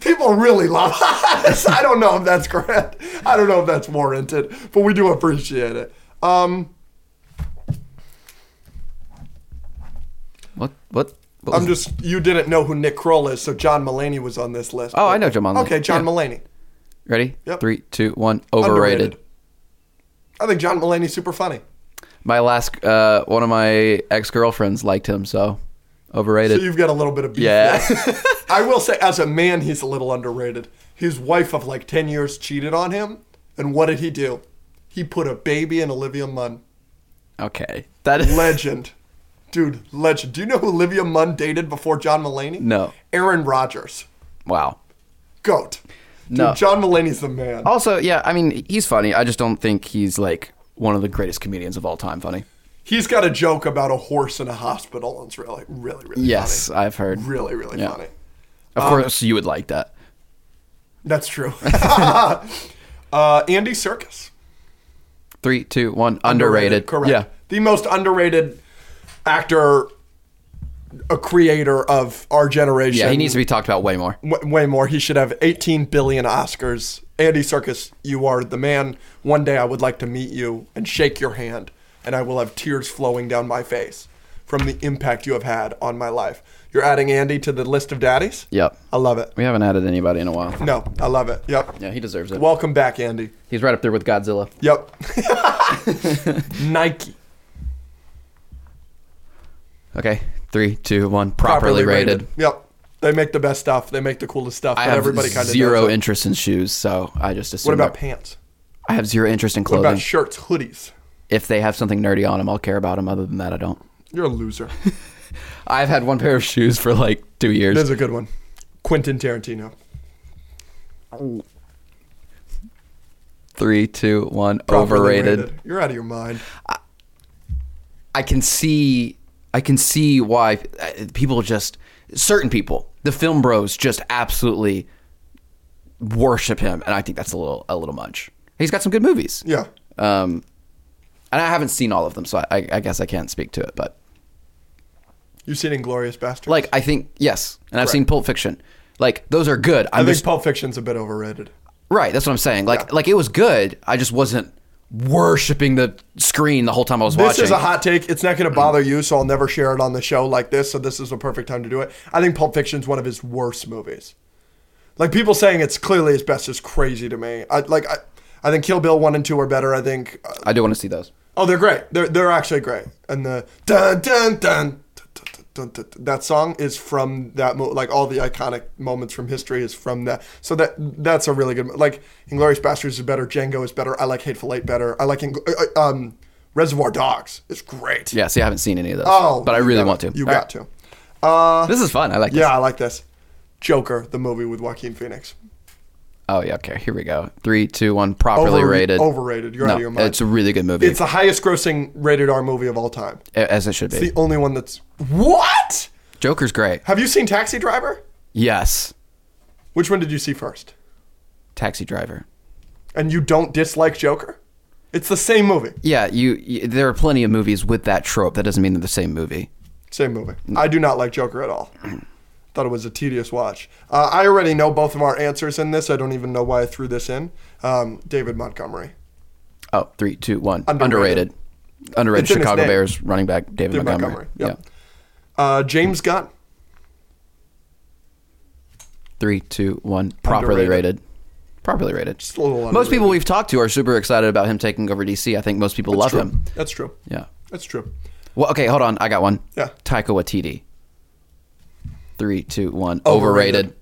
[SPEAKER 2] people really love us. I don't know if that's correct. I don't know if that's warranted, but we do appreciate it. Um,
[SPEAKER 1] What? What? what was-
[SPEAKER 2] I'm just you didn't know who Nick Kroll is, so John Mulaney was on this list.
[SPEAKER 1] Oh, I know John Mulaney.
[SPEAKER 2] Okay, John
[SPEAKER 1] Yeah.
[SPEAKER 2] Mulaney.
[SPEAKER 1] ready?
[SPEAKER 2] Yep.
[SPEAKER 1] Three, two, one. Overrated.
[SPEAKER 2] I think John Mulaney's super funny.
[SPEAKER 1] My last, uh, one of my ex girlfriends liked him, so overrated.
[SPEAKER 2] So you've got a little bit of beef.
[SPEAKER 1] Yeah.
[SPEAKER 2] there. I will say, as a man, he's a little underrated. His wife of like 10 years cheated on him. And what did he do? He put a baby in Olivia Munn.
[SPEAKER 1] okay, that is
[SPEAKER 2] Legend. Dude, legend. Do you know who Olivia Munn dated before John Mulaney?
[SPEAKER 1] No.
[SPEAKER 2] Aaron Rodgers.
[SPEAKER 1] wow.
[SPEAKER 2] Goat. Dude,
[SPEAKER 1] No.
[SPEAKER 2] John Mulaney's the man.
[SPEAKER 1] Also, yeah, I mean, he's funny. I just don't think he's like one of the greatest comedians of all time. Funny.
[SPEAKER 2] He's got a joke about a horse in a hospital. It's really, really, really
[SPEAKER 1] Yes,
[SPEAKER 2] funny.
[SPEAKER 1] I've heard.
[SPEAKER 2] Really, really
[SPEAKER 1] Yeah.
[SPEAKER 2] funny.
[SPEAKER 1] Of course, you would like that.
[SPEAKER 2] That's true. uh, Andy Circus.
[SPEAKER 1] Three, two, one. Underrated.
[SPEAKER 2] Correct.
[SPEAKER 1] Yeah.
[SPEAKER 2] The most underrated actor, a creator of our generation.
[SPEAKER 1] Yeah, he needs to be talked about way more.
[SPEAKER 2] W- way more. He should have 18 billion Oscars. Andy Serkis, you are the man. One day I would like to meet you and shake your hand, and I will have tears flowing down my face from the impact you have had on my life. You're adding Andy to the list of daddies?
[SPEAKER 1] Yep.
[SPEAKER 2] I love it.
[SPEAKER 1] We haven't added anybody in a while.
[SPEAKER 2] No, I love it. Yep.
[SPEAKER 1] Yeah, he deserves it.
[SPEAKER 2] Welcome back, Andy.
[SPEAKER 1] He's right up there with Godzilla.
[SPEAKER 2] Yep. Nike.
[SPEAKER 1] Okay, three, two, one. Properly, rated.
[SPEAKER 2] Yep. They make the best stuff. They make the coolest stuff.
[SPEAKER 1] I
[SPEAKER 2] but
[SPEAKER 1] have
[SPEAKER 2] everybody kind of
[SPEAKER 1] zero
[SPEAKER 2] Does it.
[SPEAKER 1] interest in shoes, so I just assume.
[SPEAKER 2] What about
[SPEAKER 1] they're-
[SPEAKER 2] pants?
[SPEAKER 1] I have zero interest in
[SPEAKER 2] What
[SPEAKER 1] clothing.
[SPEAKER 2] about shirts, hoodies?
[SPEAKER 1] if they have something nerdy on them, I'll care about them. Other than that, I don't.
[SPEAKER 2] You're a loser.
[SPEAKER 1] I've had one pair of shoes for like two years.
[SPEAKER 2] There's a good one. Quentin Tarantino.
[SPEAKER 1] Three, two, one.
[SPEAKER 2] Properly
[SPEAKER 1] overrated.
[SPEAKER 2] rated. You're out of your mind.
[SPEAKER 1] I can see. I can see why uh, people just certain people, the film bros, just absolutely worship him, and I think that's a little a little much. He's got some good movies.
[SPEAKER 2] Yeah.
[SPEAKER 1] Um, and I haven't seen all of them, so I, I, I guess I can't speak to it. But
[SPEAKER 2] You've seen Inglorious Bastards.
[SPEAKER 1] like, I think yes, and I've seen Pulp Fiction. Like those are good.
[SPEAKER 2] I
[SPEAKER 1] I'm
[SPEAKER 2] think
[SPEAKER 1] just
[SPEAKER 2] Pulp Fiction's a bit overrated.
[SPEAKER 1] right. That's what I'm saying. Like like it was good. I just wasn't worshiping the screen the whole time I was
[SPEAKER 2] This
[SPEAKER 1] watching.
[SPEAKER 2] is a hot take. It's not going to bother you, so I'll never share it on the show like this. So this is the perfect time to do it. I think Pulp Fiction's one of his worst movies. Like people saying it's clearly his best is crazy to me. I like I, I think Kill Bill one and two are better. I think uh,
[SPEAKER 1] I do want to see those.
[SPEAKER 2] oh they're great. They're they're actually great. And the dun dun dun. dun, dun, dun, dun, dun, That song is from that mo- like all the iconic moments from history is from that. So that that's a really good mo- like Inglorious Bastards is better, Django is better. I like Hateful Eight better. I like Ingl- uh, uh, um, Reservoir Dogs. It's great.
[SPEAKER 1] Yeah, see, I haven't seen any of those.
[SPEAKER 2] Oh,
[SPEAKER 1] but I
[SPEAKER 2] you
[SPEAKER 1] really
[SPEAKER 2] got
[SPEAKER 1] want
[SPEAKER 2] it.
[SPEAKER 1] to.
[SPEAKER 2] You
[SPEAKER 1] All
[SPEAKER 2] got
[SPEAKER 1] right.
[SPEAKER 2] to. Uh,
[SPEAKER 1] This is fun. I like this.
[SPEAKER 2] yeah, I like this. Joker, the movie with Joaquin Phoenix.
[SPEAKER 1] Oh yeah. Okay. Here we go. Three, two, one. Properly
[SPEAKER 2] Over-
[SPEAKER 1] rated.
[SPEAKER 2] overrated. You're
[SPEAKER 1] no,
[SPEAKER 2] out of your mind.
[SPEAKER 1] It's a really good movie,
[SPEAKER 2] It's the highest grossing rated R movie of all time.
[SPEAKER 1] a- as it should be.
[SPEAKER 2] It's the only one that's. What?
[SPEAKER 1] Joker's great.
[SPEAKER 2] Have you seen Taxi Driver?
[SPEAKER 1] Yes.
[SPEAKER 2] Which one did you see first?
[SPEAKER 1] Taxi Driver.
[SPEAKER 2] And you don't dislike Joker? It's the same movie.
[SPEAKER 1] Yeah, you, you. There are plenty of movies with that trope. That doesn't mean they're the same movie.
[SPEAKER 2] Same movie. I do not like Joker at all. Thought it was a tedious watch. Uh, I already know both of our answers in this. I don't even know why I threw this in. Um, David Montgomery.
[SPEAKER 1] Oh, three, two, one.
[SPEAKER 2] Underrated.
[SPEAKER 1] Underrated. Underrated.
[SPEAKER 2] It's in his
[SPEAKER 1] Chicago
[SPEAKER 2] name.
[SPEAKER 1] Bears running back David,
[SPEAKER 2] David
[SPEAKER 1] Montgomery.
[SPEAKER 2] Montgomery. Yep. Uh, James Gunn.
[SPEAKER 1] Three, two, one. Properly
[SPEAKER 2] Underrated.
[SPEAKER 1] rated. Properly rated.
[SPEAKER 2] a little
[SPEAKER 1] Most
[SPEAKER 2] underrated.
[SPEAKER 1] people we've talked to are super excited about him taking over DC. I think most people love
[SPEAKER 2] That's true.
[SPEAKER 1] him.
[SPEAKER 2] That's true.
[SPEAKER 1] Yeah.
[SPEAKER 2] That's true.
[SPEAKER 1] Well, okay, hold on. I got one.
[SPEAKER 2] Yeah.
[SPEAKER 1] Taika Waititi. Three, two, one.
[SPEAKER 2] Overrated.
[SPEAKER 1] Overrated.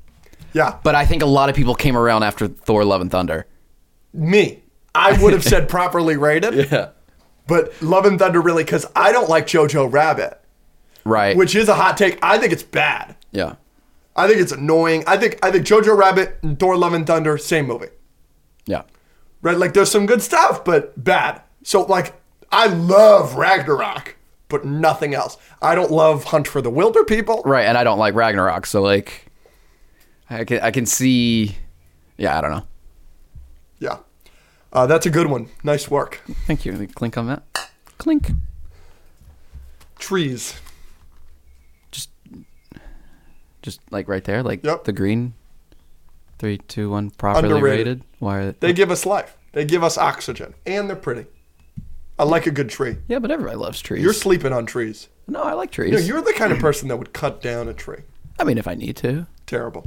[SPEAKER 2] Yeah.
[SPEAKER 1] But I think a lot of people came around after Thor: Love and Thunder.
[SPEAKER 2] Me. I would have said properly rated.
[SPEAKER 1] Yeah.
[SPEAKER 2] But Love and Thunder really because I don't like Jojo Rabbit,
[SPEAKER 1] Right.
[SPEAKER 2] which is a hot take. I think it's bad.
[SPEAKER 1] yeah.
[SPEAKER 2] I think it's annoying. I think I think Jojo Rabbit and Thor: Love and Thunder same movie,
[SPEAKER 1] Yeah.
[SPEAKER 2] right? Like there's some good stuff, but bad. So like I love Ragnarok, but nothing else. I don't love Hunt for the Wilder People.
[SPEAKER 1] Right. And I don't like Ragnarok, so like, I can I can see. Yeah, I don't know.
[SPEAKER 2] Yeah, uh, that's a good one. Nice work.
[SPEAKER 1] Thank you. Clink on that. Clink.
[SPEAKER 2] Trees.
[SPEAKER 1] Just, just like right there, like
[SPEAKER 2] Yep.
[SPEAKER 1] the green. Three, two, one. Properly
[SPEAKER 2] Underrated.
[SPEAKER 1] rated. Why are
[SPEAKER 2] They give us life. They give us oxygen, and they're pretty. I like a good tree.
[SPEAKER 1] Yeah, but everybody loves trees.
[SPEAKER 2] You're sleeping on trees.
[SPEAKER 1] no, I like
[SPEAKER 2] You know,
[SPEAKER 1] trees.
[SPEAKER 2] you're the kind of person that would cut down a tree.
[SPEAKER 1] I mean, if I need to.
[SPEAKER 2] Terrible.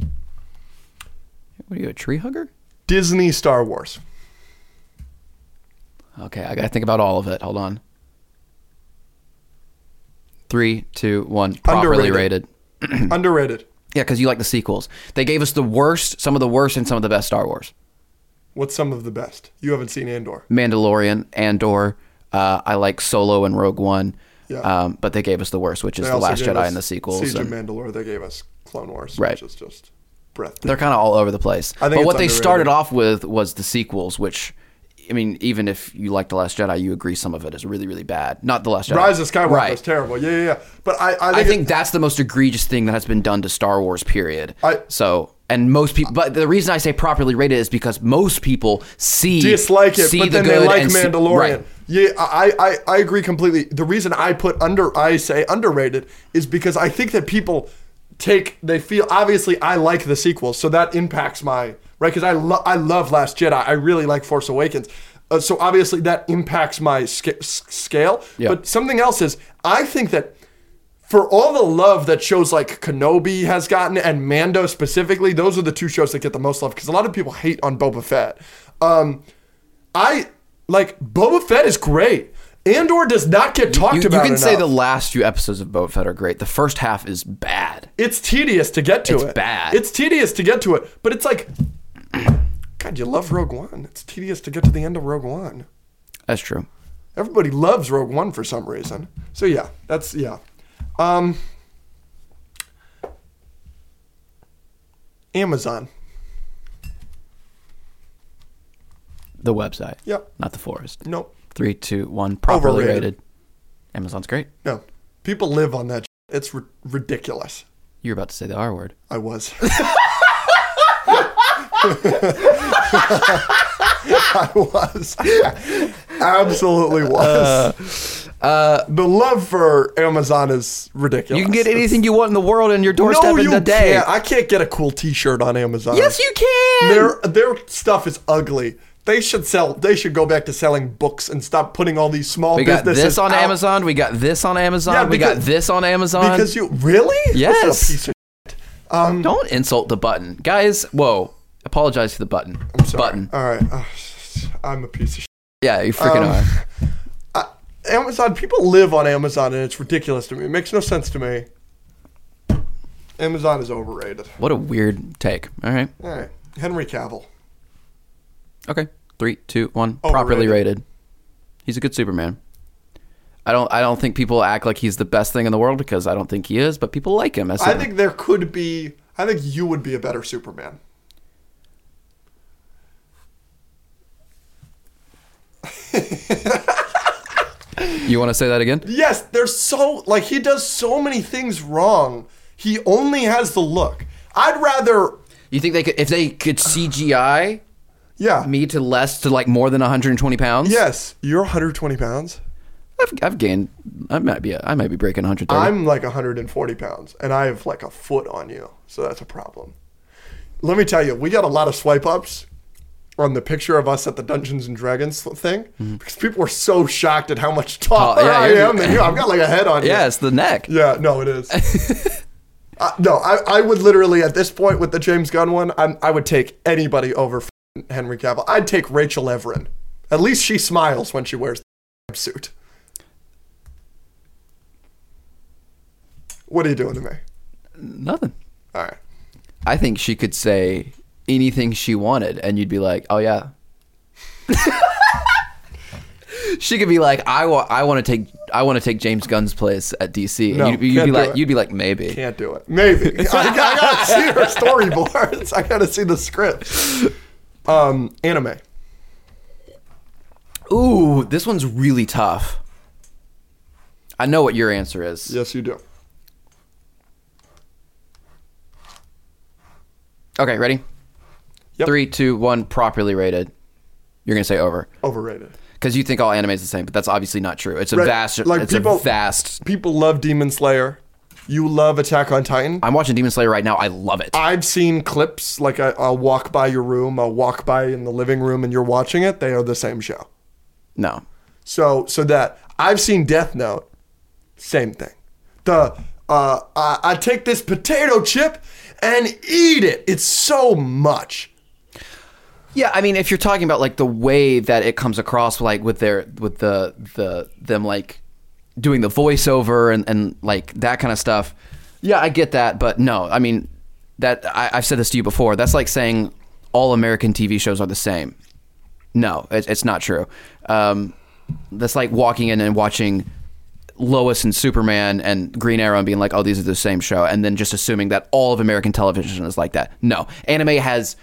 [SPEAKER 1] What are you, a tree hugger?
[SPEAKER 2] Disney Star Wars.
[SPEAKER 1] Okay, I gotta think about all of it. Hold on. Three, two, one. Properly
[SPEAKER 2] Underrated.
[SPEAKER 1] rated.
[SPEAKER 2] Underrated.
[SPEAKER 1] Yeah, because you like the sequels. They gave us the worst, some of the worst, and some of the best Star Wars.
[SPEAKER 2] What's some of the best? You haven't seen Andor.
[SPEAKER 1] Mandalorian, Andor. Uh, I like Solo and Rogue One.
[SPEAKER 2] Yeah.
[SPEAKER 1] Um, but they gave us the worst, which is
[SPEAKER 2] They
[SPEAKER 1] the
[SPEAKER 2] also
[SPEAKER 1] Last
[SPEAKER 2] gave
[SPEAKER 1] Jedi
[SPEAKER 2] us
[SPEAKER 1] and the sequels.
[SPEAKER 2] Siege of
[SPEAKER 1] and
[SPEAKER 2] Mandalore. They gave us Clone Wars,
[SPEAKER 1] Right.
[SPEAKER 2] which is just breathtaking.
[SPEAKER 1] they're kind of all over the place.
[SPEAKER 2] I think
[SPEAKER 1] but
[SPEAKER 2] it's
[SPEAKER 1] what they
[SPEAKER 2] underrated.
[SPEAKER 1] started off with was the sequels, which. I mean, even if you like The Last Jedi, you agree some of it is really, really bad. Not The Last Jedi.
[SPEAKER 2] Rise of Skywalker
[SPEAKER 1] Right.
[SPEAKER 2] is terrible. Yeah, yeah, yeah. But I, I think,
[SPEAKER 1] I
[SPEAKER 2] it-
[SPEAKER 1] think that's the most egregious thing that has been done to Star Wars. Period.
[SPEAKER 2] I-
[SPEAKER 1] so, and most people, but the reason I say properly rated is because most people see
[SPEAKER 2] dislike it,
[SPEAKER 1] see
[SPEAKER 2] but
[SPEAKER 1] the
[SPEAKER 2] then they
[SPEAKER 1] good
[SPEAKER 2] like
[SPEAKER 1] and see-
[SPEAKER 2] Mandalorian.
[SPEAKER 1] right.
[SPEAKER 2] Yeah, I, I, I agree completely. The reason I put under, I say underrated, is because I think that people take, they feel, obviously, I like the sequels, so that impacts my, right? Because I, lo- I love Last Jedi. I really like Force Awakens. Uh, so obviously, that impacts my sca- s- scale.
[SPEAKER 1] Yeah.
[SPEAKER 2] But something else is, I think that for all the love that shows like Kenobi has gotten and Mando specifically, those are the two shows that get the most love because a lot of people hate on Boba Fett. Um, I like Boba Fett is great. Andor does not get talked
[SPEAKER 1] You, you
[SPEAKER 2] about.
[SPEAKER 1] can say the
[SPEAKER 2] enough.
[SPEAKER 1] last few episodes of Boba Fett are great. The first half is bad.
[SPEAKER 2] it's tedious to get to
[SPEAKER 1] It's
[SPEAKER 2] it.
[SPEAKER 1] bad.
[SPEAKER 2] It's tedious to get to it, but it's like, God, you love Rogue One. It's tedious to get to the end of Rogue One.
[SPEAKER 1] That's true.
[SPEAKER 2] Everybody loves Rogue One for some reason. So yeah, that's yeah. Um, Amazon.
[SPEAKER 1] The website,
[SPEAKER 2] Yep.
[SPEAKER 1] not the forest.
[SPEAKER 2] No.
[SPEAKER 1] Three, two, one. Properly
[SPEAKER 2] Overrated.
[SPEAKER 1] rated. Amazon's great.
[SPEAKER 2] No. People live on that. shit. It's ri- ridiculous.
[SPEAKER 1] You were about to say the R word.
[SPEAKER 2] I was. I was. Absolutely was. the love for Amazon is ridiculous.
[SPEAKER 1] Uh, You can get
[SPEAKER 2] It's-
[SPEAKER 1] anything you want in the world on your doorstep
[SPEAKER 2] No,
[SPEAKER 1] in
[SPEAKER 2] you
[SPEAKER 1] the day.
[SPEAKER 2] can't. I can't get a cool T-shirt on Amazon.
[SPEAKER 1] Yes, you can.
[SPEAKER 2] Their their stuff is ugly. They should sell. They should go back to selling books and stop putting all these small
[SPEAKER 1] We got
[SPEAKER 2] businesses
[SPEAKER 1] this on
[SPEAKER 2] out.
[SPEAKER 1] Amazon. We got this on Amazon.
[SPEAKER 2] Yeah,
[SPEAKER 1] we got
[SPEAKER 2] because-
[SPEAKER 1] this on Amazon.
[SPEAKER 2] Because you really? This is a
[SPEAKER 1] Yes.
[SPEAKER 2] piece of shit. um,
[SPEAKER 1] Don't insult the button, guys. Whoa! Apologize for the button.
[SPEAKER 2] I'm sorry.
[SPEAKER 1] Button.
[SPEAKER 2] All right. Oh, I'm a piece of shit.
[SPEAKER 1] Yeah, you freaking
[SPEAKER 2] Um,
[SPEAKER 1] are.
[SPEAKER 2] I, Amazon. People live on Amazon, and it's ridiculous to me. It makes no sense to me. Amazon is overrated.
[SPEAKER 1] What a weird take. All right.
[SPEAKER 2] All right. Henry Cavill.
[SPEAKER 1] Okay. Three, two, one. Properly
[SPEAKER 2] Overrated.
[SPEAKER 1] rated. He's a good Superman. I don't. I don't think people act like he's the best thing in the world because I don't think he is. But people like him. As
[SPEAKER 2] I
[SPEAKER 1] a-
[SPEAKER 2] think there could be. I think you would be a better Superman.
[SPEAKER 1] you want to say that again.
[SPEAKER 2] Yes, there's so like he does so many things wrong. He only has the look. I'd rather
[SPEAKER 1] You think they could if they could CGI
[SPEAKER 2] yeah.
[SPEAKER 1] me to less to like more than 120 pounds?
[SPEAKER 2] Yes, you're 120 pounds.
[SPEAKER 1] I've, I've gained. I might be. I might be breaking 130.
[SPEAKER 2] I'm like 140 pounds, and I have like a foot on you, so that's a problem. Let me tell you, we got a lot of swipe ups on the picture of us at the Dungeons and Dragons thing because people were so shocked at how much taller
[SPEAKER 1] Mm-hmm. yeah,
[SPEAKER 2] I
[SPEAKER 1] you're-
[SPEAKER 2] am than you. I've got like a head on you.
[SPEAKER 1] yeah, it's the neck.
[SPEAKER 2] Yeah, no, it is. uh, no, I, I would literally at this point with the James Gunn one, I'm, I would take anybody over f***ing Henry Cavill. I'd take Rachel Everin. At least she smiles when she wears the f***ing suit. What are you doing to me?
[SPEAKER 1] Nothing.
[SPEAKER 2] All right.
[SPEAKER 1] I think she could say anything she wanted, and you'd be like, "Oh yeah." she could be like, "I want, I want to take, I want to take James Gunn's place at DC."
[SPEAKER 2] No,
[SPEAKER 1] and you'd, you'd
[SPEAKER 2] can't
[SPEAKER 1] be
[SPEAKER 2] do
[SPEAKER 1] like,
[SPEAKER 2] it.
[SPEAKER 1] "You'd be like, maybe."
[SPEAKER 2] Can't do it. Maybe. I, I gotta see her storyboards. I gotta see the script. Um, anime.
[SPEAKER 1] Ooh, this one's really tough. I know what your answer is.
[SPEAKER 2] Yes, you do.
[SPEAKER 1] Okay, ready?
[SPEAKER 2] Yep.
[SPEAKER 1] Three, two, one. Properly rated. You're gonna say over
[SPEAKER 2] Overrated.
[SPEAKER 1] because you think all anime is the same, but that's obviously not true. It's a
[SPEAKER 2] Right,
[SPEAKER 1] vast,
[SPEAKER 2] like
[SPEAKER 1] it's
[SPEAKER 2] people-
[SPEAKER 1] a vast.
[SPEAKER 2] People love Demon Slayer. You love Attack on Titan.
[SPEAKER 1] I'm watching Demon Slayer right now. I love it.
[SPEAKER 2] I've seen clips like I, I'll walk by your room, I'll walk by in the living room, and you're watching it. They are the same show.
[SPEAKER 1] no,
[SPEAKER 2] So so that I've seen Death Note, same thing. The uh, I, I take this potato chip and eat it. It's so much.
[SPEAKER 1] Yeah, I mean, if you're talking about like the way that it comes across, like with their with the the them like doing the voiceover and and like that kind of stuff. Yeah, I get that, but no, I mean that I, I've said this to you before. That's like saying all American TV shows are the same. No, it, it's not true. Um, that's like walking in and watching Lois and Superman and Green Arrow and being like, oh, these are the same show, and then just assuming that all of American television is like that. No, anime has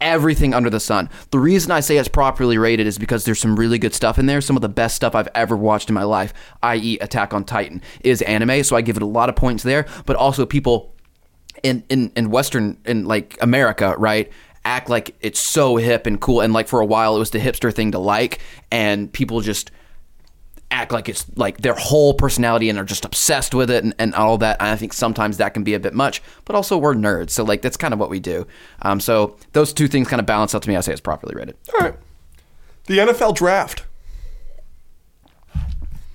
[SPEAKER 1] everything under the sun. The reason I say it's properly rated is because there's some really good stuff in there, some of the best stuff I've ever watched in my life, i.e., Attack on Titan is anime, so I give it a lot of points there, but also people in in in Western in like America, right? Act like it's so hip and cool, and like for a while it was the hipster thing to like, and people just act like it's like their whole personality and are just obsessed with it and, and all that. And I think sometimes that can be a bit much, but also we're nerds, so like that's kind of what we do. Um, so those two things kind of balance out to me. I say it's properly rated.
[SPEAKER 2] All right. The NFL draft.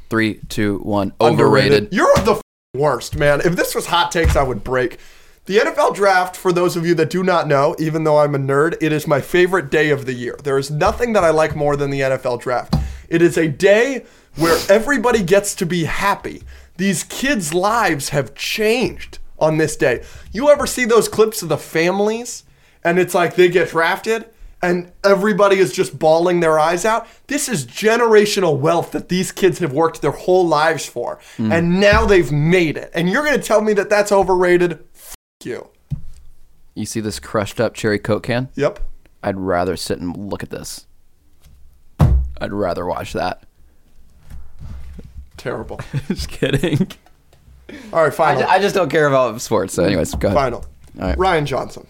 [SPEAKER 1] Three, two, one. Overrated.
[SPEAKER 2] You're the f- worst, man. If this was hot takes, I would break. The NFL draft, for those of you that do not know, even though I'm a nerd, it is my favorite day of the year. There is nothing that I like more than the NFL draft. It is a day where everybody gets to be happy. These kids' lives have changed on this day. You ever see those clips of the families and it's like they get drafted and everybody is just bawling their eyes out. This is generational wealth that these kids have worked their whole lives for,
[SPEAKER 1] Hmm.
[SPEAKER 2] and now they've made it. And you're going to tell me that that's overrated? F you.
[SPEAKER 1] You see this crushed up cherry coke can?
[SPEAKER 2] Yep.
[SPEAKER 1] I'd rather sit and look at this. I'd rather watch that.
[SPEAKER 2] Terrible.
[SPEAKER 1] just kidding.
[SPEAKER 2] All right,
[SPEAKER 1] I,
[SPEAKER 2] final.
[SPEAKER 1] ju- I just don't care about sports. So, anyways, go ahead.
[SPEAKER 2] final.
[SPEAKER 1] Uh, All right.
[SPEAKER 2] Ryan Johnson.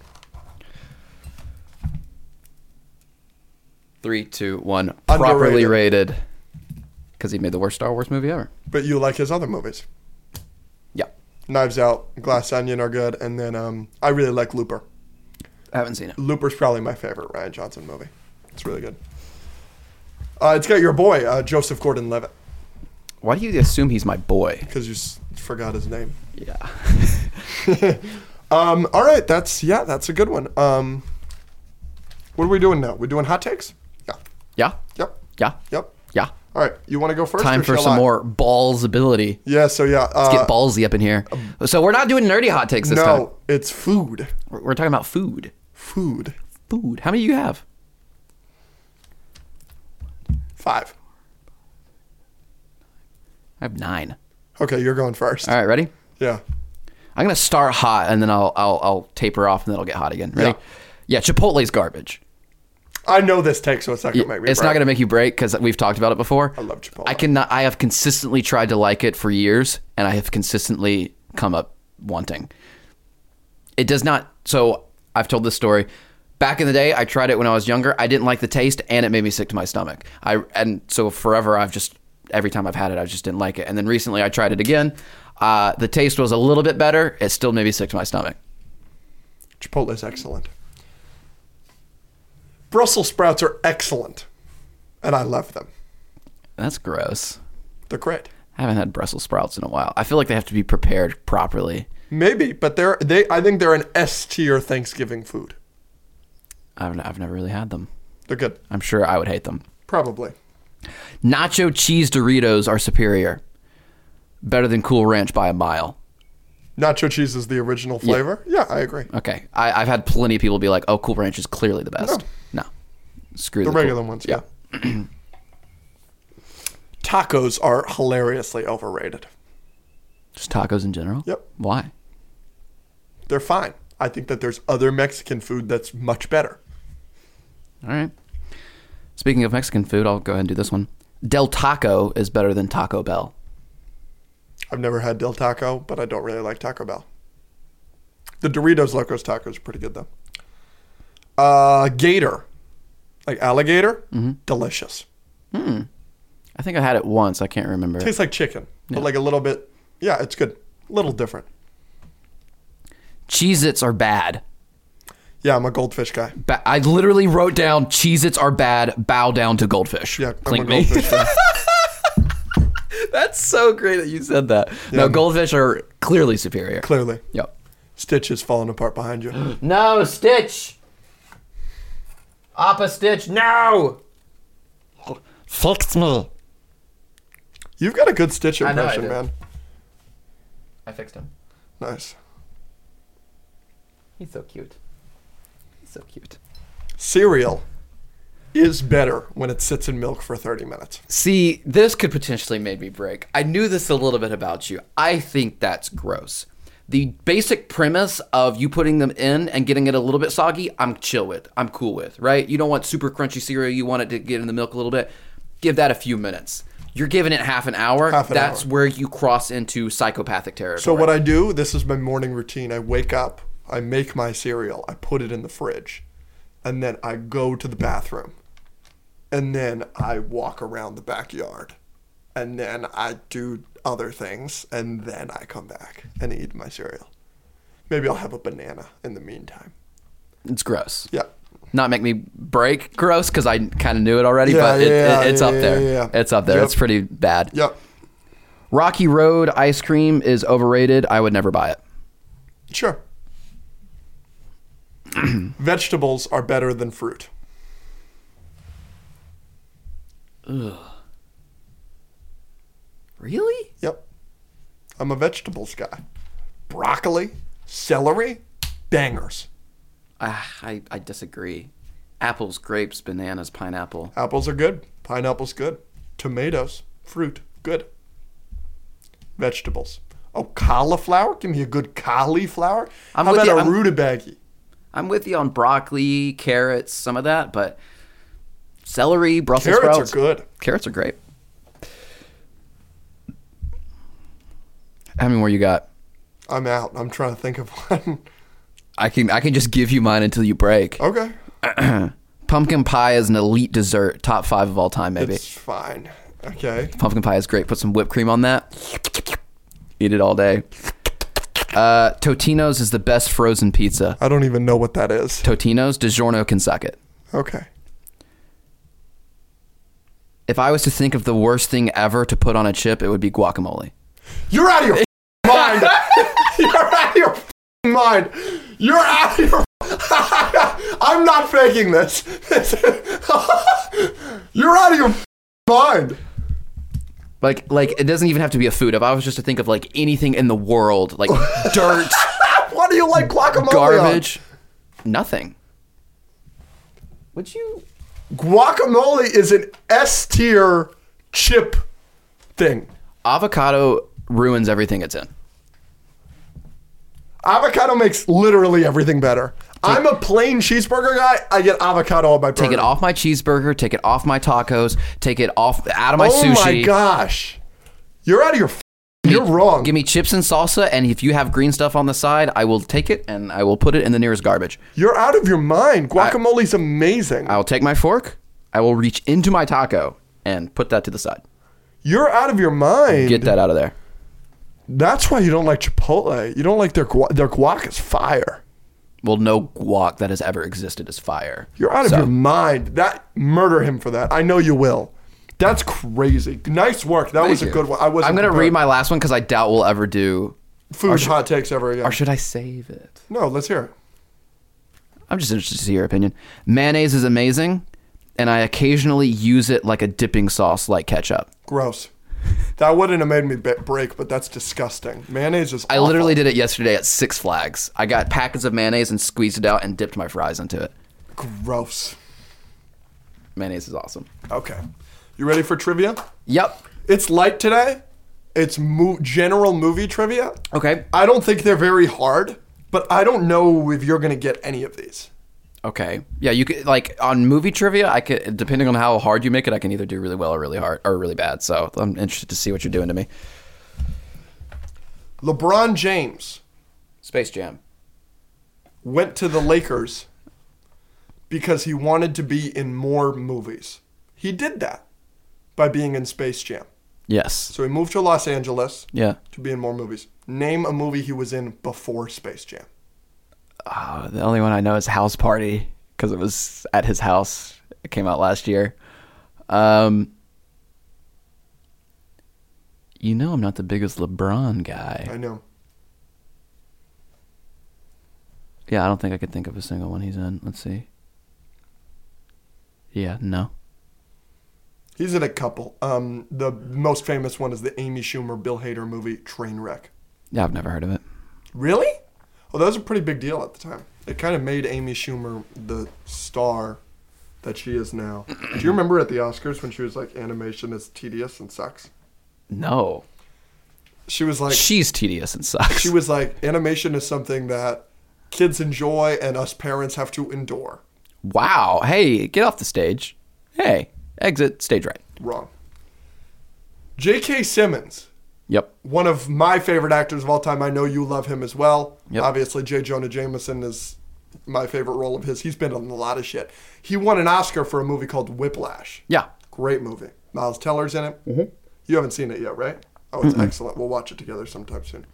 [SPEAKER 1] Three, two, one. Properly
[SPEAKER 2] Underrated.
[SPEAKER 1] rated. Because he made the worst Star Wars movie ever.
[SPEAKER 2] But you like his other movies.
[SPEAKER 1] Yeah.
[SPEAKER 2] Knives Out, Glass Onion are good, and then um, I really like Looper.
[SPEAKER 1] I haven't seen it.
[SPEAKER 2] Looper's probably my favorite Ryan Johnson movie. It's really good. Uh, it's got your boy uh, Joseph Gordon-Levitt
[SPEAKER 1] Why do you assume he's my boy?
[SPEAKER 2] because you s- forgot his name.
[SPEAKER 1] Yeah.
[SPEAKER 2] Um, all right, that's yeah, that's a good one. Um, what are we doing now? We're doing hot takes. Yeah.
[SPEAKER 1] Yeah.
[SPEAKER 2] Yep.
[SPEAKER 1] Yeah.
[SPEAKER 2] Yep.
[SPEAKER 1] Yeah.
[SPEAKER 2] All right, you want to go first?
[SPEAKER 1] Time
[SPEAKER 2] or
[SPEAKER 1] for
[SPEAKER 2] shall
[SPEAKER 1] some
[SPEAKER 2] I?
[SPEAKER 1] more balls ability.
[SPEAKER 2] Yeah. So yeah. Uh,
[SPEAKER 1] Get ballsy up in here. So we're not doing nerdy hot takes this time.
[SPEAKER 2] no, it's food.
[SPEAKER 1] We're- We're talking about food.
[SPEAKER 2] Food.
[SPEAKER 1] Food. How many do you have?
[SPEAKER 2] Five.
[SPEAKER 1] I have nine.
[SPEAKER 2] Okay, you're going first.
[SPEAKER 1] All right, ready?
[SPEAKER 2] Yeah.
[SPEAKER 1] I'm gonna start hot and then I'll I'll, I'll taper off and then I'll get hot again. Ready? Yeah. Chipotle's garbage.
[SPEAKER 2] I know this take, so it's not gonna make me.
[SPEAKER 1] it's not
[SPEAKER 2] brag.
[SPEAKER 1] going to make you break because we've talked about it before. I
[SPEAKER 2] love Chipotle.
[SPEAKER 1] I cannot. I have consistently tried to like it for years, and I have consistently come up wanting. It does not. So I've told this story. Back in the day, I tried it when I was younger. I didn't like the taste, and it made me sick to my stomach. I and so forever, I've just every time I've had it, I just didn't like it. And then recently, I tried it again. Uh, the taste was a little bit better. It still made me sick to my stomach.
[SPEAKER 2] Chipotle is excellent. Brussels sprouts are excellent, and I love them.
[SPEAKER 1] That's gross.
[SPEAKER 2] They're great.
[SPEAKER 1] I haven't had Brussels sprouts in a while. I feel like they have to be prepared properly.
[SPEAKER 2] Maybe, but they're they. I think they're an S tier Thanksgiving food.
[SPEAKER 1] I've, n- I've never really had them.
[SPEAKER 2] They're good,
[SPEAKER 1] I'm sure I would hate them.
[SPEAKER 2] probably.
[SPEAKER 1] Nacho cheese Doritos are superior. Better than Cool Ranch by a mile.
[SPEAKER 2] Nacho cheese is the original flavor. Yeah, I agree.
[SPEAKER 1] Okay. I, I've had plenty of people be like, oh, Cool Ranch is clearly the best. No. Screw
[SPEAKER 2] The
[SPEAKER 1] Cool-
[SPEAKER 2] regular ones. Yeah. Tacos are hilariously overrated.
[SPEAKER 1] Just tacos in general?
[SPEAKER 2] Yep.
[SPEAKER 1] Why?
[SPEAKER 2] They're fine. I think that there's other Mexican food that's much better.
[SPEAKER 1] All right. Speaking of Mexican food, I'll go ahead and do this one. Del Taco is better than Taco Bell.
[SPEAKER 2] I've never had Del Taco, but I don't really like Taco Bell. The Doritos Locos Tacos are pretty good though. Uh, gator, like alligator, delicious.
[SPEAKER 1] Hmm. I think I had it once. I can't remember.
[SPEAKER 2] Tastes like chicken, but like a little bit. Yeah, it's good. A little different.
[SPEAKER 1] Cheez Its are bad.
[SPEAKER 2] Yeah, I'm a goldfish guy.
[SPEAKER 1] Ba- I literally wrote down Cheez Its are bad. Bow down to goldfish.
[SPEAKER 2] Yeah, I'm a
[SPEAKER 1] Clink me.
[SPEAKER 2] goldfish guy.
[SPEAKER 1] That's so great that you said that. No, goldfish are clearly superior.
[SPEAKER 2] Clearly,
[SPEAKER 1] yep.
[SPEAKER 2] Stitch is falling apart behind you.
[SPEAKER 1] No, Stitch. Appa Stitch, no. Fix me.
[SPEAKER 2] You've got a good Stitch
[SPEAKER 1] know I
[SPEAKER 2] impression,
[SPEAKER 1] do.
[SPEAKER 2] man.
[SPEAKER 1] I fixed him.
[SPEAKER 2] Nice.
[SPEAKER 1] He's so cute. He's so cute.
[SPEAKER 2] Cereal is better when it sits in milk for 30 minutes.
[SPEAKER 1] See, this could potentially make me break. I knew this a little bit about you. I think that's gross. The basic premise of you putting them in and getting it a little bit soggy, I'm chill with. I'm cool with, right? You don't want super crunchy cereal. You want it to get in the milk a little bit. Give that a few minutes. You're giving it half an hour.
[SPEAKER 2] Half an
[SPEAKER 1] that's
[SPEAKER 2] hour.
[SPEAKER 1] where you cross into psychopathic territory.
[SPEAKER 2] So what I do, this is my morning routine. I wake up, I make my cereal, I put it in the fridge, and then I go to the bathroom. And then I walk around the backyard. And then I do other things, and then I come back and eat my cereal. Maybe I'll have a banana in the meantime.
[SPEAKER 1] it's gross.
[SPEAKER 2] Yeah.
[SPEAKER 1] Not make me break gross because I kind of knew it already,
[SPEAKER 2] Yeah,
[SPEAKER 1] but it,
[SPEAKER 2] yeah,
[SPEAKER 1] it, it's
[SPEAKER 2] yeah,
[SPEAKER 1] up
[SPEAKER 2] yeah,
[SPEAKER 1] there.
[SPEAKER 2] yeah, yeah.
[SPEAKER 1] It's up there.
[SPEAKER 2] Yep.
[SPEAKER 1] It's pretty bad.
[SPEAKER 2] Yep.
[SPEAKER 1] Rocky Road ice cream is overrated. I would never buy it.
[SPEAKER 2] Sure. Vegetables are better than fruit.
[SPEAKER 1] Really?
[SPEAKER 2] Yep. I'm a vegetables guy. Broccoli, celery, bangers.
[SPEAKER 1] Ah, I, I disagree. Apples, grapes, bananas, pineapple.
[SPEAKER 2] Apples are good. Pineapples good. Tomatoes, fruit, good. Vegetables. Oh, cauliflower? Give me a good cauliflower.
[SPEAKER 1] I'm
[SPEAKER 2] How
[SPEAKER 1] with
[SPEAKER 2] about
[SPEAKER 1] you,
[SPEAKER 2] a
[SPEAKER 1] I'm-
[SPEAKER 2] rutabaga?
[SPEAKER 1] I'm with you on broccoli, carrots, some of that, but celery, Brussels
[SPEAKER 2] Carrots
[SPEAKER 1] sprouts.
[SPEAKER 2] are good.
[SPEAKER 1] Carrots are great. How many more you got?
[SPEAKER 2] I'm out. I'm trying to think of one.
[SPEAKER 1] I can I can just give you mine until you break.
[SPEAKER 2] okay.
[SPEAKER 1] Pumpkin pie is an elite dessert, top five of all time, maybe.
[SPEAKER 2] It's fine. Okay.
[SPEAKER 1] Pumpkin pie is great. Put some whipped cream on that. Eat it all day. Uh, Totino's is the best frozen pizza.
[SPEAKER 2] I don't even know what that is.
[SPEAKER 1] Totino's DiGiorno can suck it.
[SPEAKER 2] Okay.
[SPEAKER 1] If I was to think of the worst thing ever to put on a chip, it would be guacamole.
[SPEAKER 2] You're out of your mind. You're out of your mind. You're out of your. I'm not faking this. You're out of your mind.
[SPEAKER 1] Like, like it doesn't even have to be a food. If I was just to think of like anything in the world, like dirt,
[SPEAKER 2] What do you like guacamole? on?
[SPEAKER 1] garbage, nothing. Would you?
[SPEAKER 2] Guacamole is an S tier chip thing.
[SPEAKER 1] Avocado ruins everything it's in.
[SPEAKER 2] Avocado makes literally everything better. I'm a plain cheeseburger guy. I get avocado on my burger.
[SPEAKER 1] Take it off my cheeseburger. Take it off my tacos. Take it off out of my
[SPEAKER 2] oh
[SPEAKER 1] sushi.
[SPEAKER 2] my gosh. You're out of your. F- you're wrong.
[SPEAKER 1] Give me chips and salsa, and if you have green stuff on the side, I will take it and I will put it in the nearest garbage.
[SPEAKER 2] You're out of your mind. Guacamole's amazing.
[SPEAKER 1] I will take my fork. I will reach into my taco and put that to the side.
[SPEAKER 2] You're out of your mind.
[SPEAKER 1] Get that out of there.
[SPEAKER 2] That's why you don't like Chipotle. You don't like their guac. Their guac is fire.
[SPEAKER 1] Well, no guac that has ever existed is fire.
[SPEAKER 2] You're out of
[SPEAKER 1] So,
[SPEAKER 2] your mind. That murder him for that. I know you will. That's crazy. Nice work. That was a
[SPEAKER 1] you.
[SPEAKER 2] good one. I was.
[SPEAKER 1] I'm gonna read my last one because I doubt we'll ever do.
[SPEAKER 2] food hot takes ever again.
[SPEAKER 1] Or should I save it?
[SPEAKER 2] no, let's hear it.
[SPEAKER 1] I'm just interested to see your opinion. Mayonnaise is amazing, and I occasionally use it like a dipping sauce, like ketchup.
[SPEAKER 2] Gross. That wouldn't have made me ba- break, but that's disgusting. Mayonnaise is.
[SPEAKER 1] I
[SPEAKER 2] awful.
[SPEAKER 1] literally did it yesterday at Six Flags. I got packets of mayonnaise and squeezed it out and dipped my fries into it.
[SPEAKER 2] gross.
[SPEAKER 1] Mayonnaise is awesome.
[SPEAKER 2] Okay, you ready for trivia?
[SPEAKER 1] Yep.
[SPEAKER 2] It's light today. It's mo- general movie trivia.
[SPEAKER 1] Okay.
[SPEAKER 2] I don't think they're very hard, but I don't know if you're gonna get any of these.
[SPEAKER 1] Okay. Yeah, you could like on movie trivia. I could depending on how hard you make it, I can either do really well or really hard or really bad. So I'm interested to see what you're doing to me.
[SPEAKER 2] LeBron James
[SPEAKER 1] Space Jam.
[SPEAKER 2] went to the Lakers because he wanted to be in more movies. He did that by being in Space Jam.
[SPEAKER 1] Yes.
[SPEAKER 2] So he moved to Los Angeles
[SPEAKER 1] Yeah.
[SPEAKER 2] to be in more movies. Name a movie he was in before Space Jam.
[SPEAKER 1] Uh, the only one I know is House Party because it was at his house. It came out last year. Um. You know I'm not the biggest LeBron guy.
[SPEAKER 2] I know.
[SPEAKER 1] Yeah, I don't think I could think of a single one he's in. Let's see. Yeah, no.
[SPEAKER 2] He's in a couple. Um, the most famous one is the Amy Schumer, Bill Hader movie, Trainwreck.
[SPEAKER 1] Yeah, I've never heard of it.
[SPEAKER 2] Really? Well, that was a pretty big deal at the time. It kind of made Amy Schumer the star that she is now. Do you remember at the Oscars when she was like, animation is tedious and sucks?
[SPEAKER 1] No.
[SPEAKER 2] She was like,
[SPEAKER 1] She's tedious and sucks.
[SPEAKER 2] she was like, animation is something that kids enjoy and us parents have to endure.
[SPEAKER 1] Wow. Hey, get off the stage. Hey, exit stage right.
[SPEAKER 2] Wrong. J.K. Simmons,
[SPEAKER 1] Yep.
[SPEAKER 2] one of my favorite actors of all time. I know you love him as well.
[SPEAKER 1] Yep.
[SPEAKER 2] Obviously, J. Jonah Jameson is my favorite role of his. He's been on a lot of shit. He won an Oscar for a movie called Whiplash.
[SPEAKER 1] Yeah.
[SPEAKER 2] Great movie. Miles Teller's in it. Mm-hmm. You haven't seen it yet, right? Oh, it's excellent. We'll watch it together sometime soon.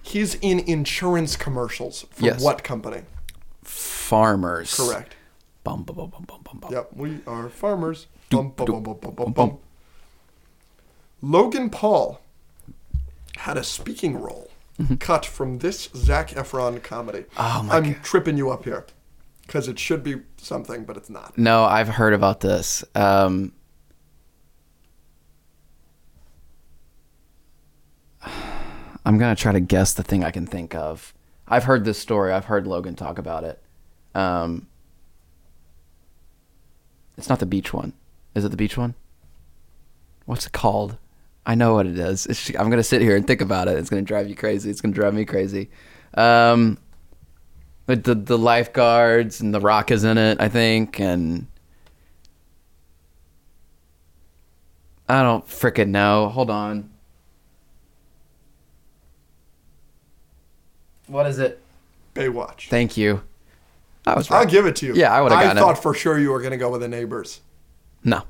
[SPEAKER 2] He's in insurance commercials for
[SPEAKER 1] Yes.
[SPEAKER 2] what company?
[SPEAKER 1] Farmers.
[SPEAKER 2] Correct.
[SPEAKER 1] Bum, bum, bum, bum, bum, bum, bum.
[SPEAKER 2] Yep, we are farmers. Bum, bum, bum, bum, bum, bum, bum. Logan Paul had a speaking role cut from this Zach Efron comedy.
[SPEAKER 1] Mm-hmm. Oh my
[SPEAKER 2] I'm tripping you up here because it should be something, but it's not.
[SPEAKER 1] No, I've heard about this. Um, I'm going to try to guess the thing I can think of. I've heard this story. I've heard Logan talk about it. Um, it's not the beach one. Is it the beach one? What's it called? I know what it is. It's, I'm going to sit here and think about it. It's going to drive you crazy. It's going to drive me crazy. Um, like the the lifeguards and the rock is in it, I think, and I don't frickin' know. Hold on. What is it?
[SPEAKER 2] Baywatch.
[SPEAKER 1] Thank you. I was
[SPEAKER 2] I'll
[SPEAKER 1] right.
[SPEAKER 2] give it to you.
[SPEAKER 1] Yeah, I would've
[SPEAKER 2] I
[SPEAKER 1] gotten it.
[SPEAKER 2] thought for sure you were going to go with the neighbors.
[SPEAKER 1] No.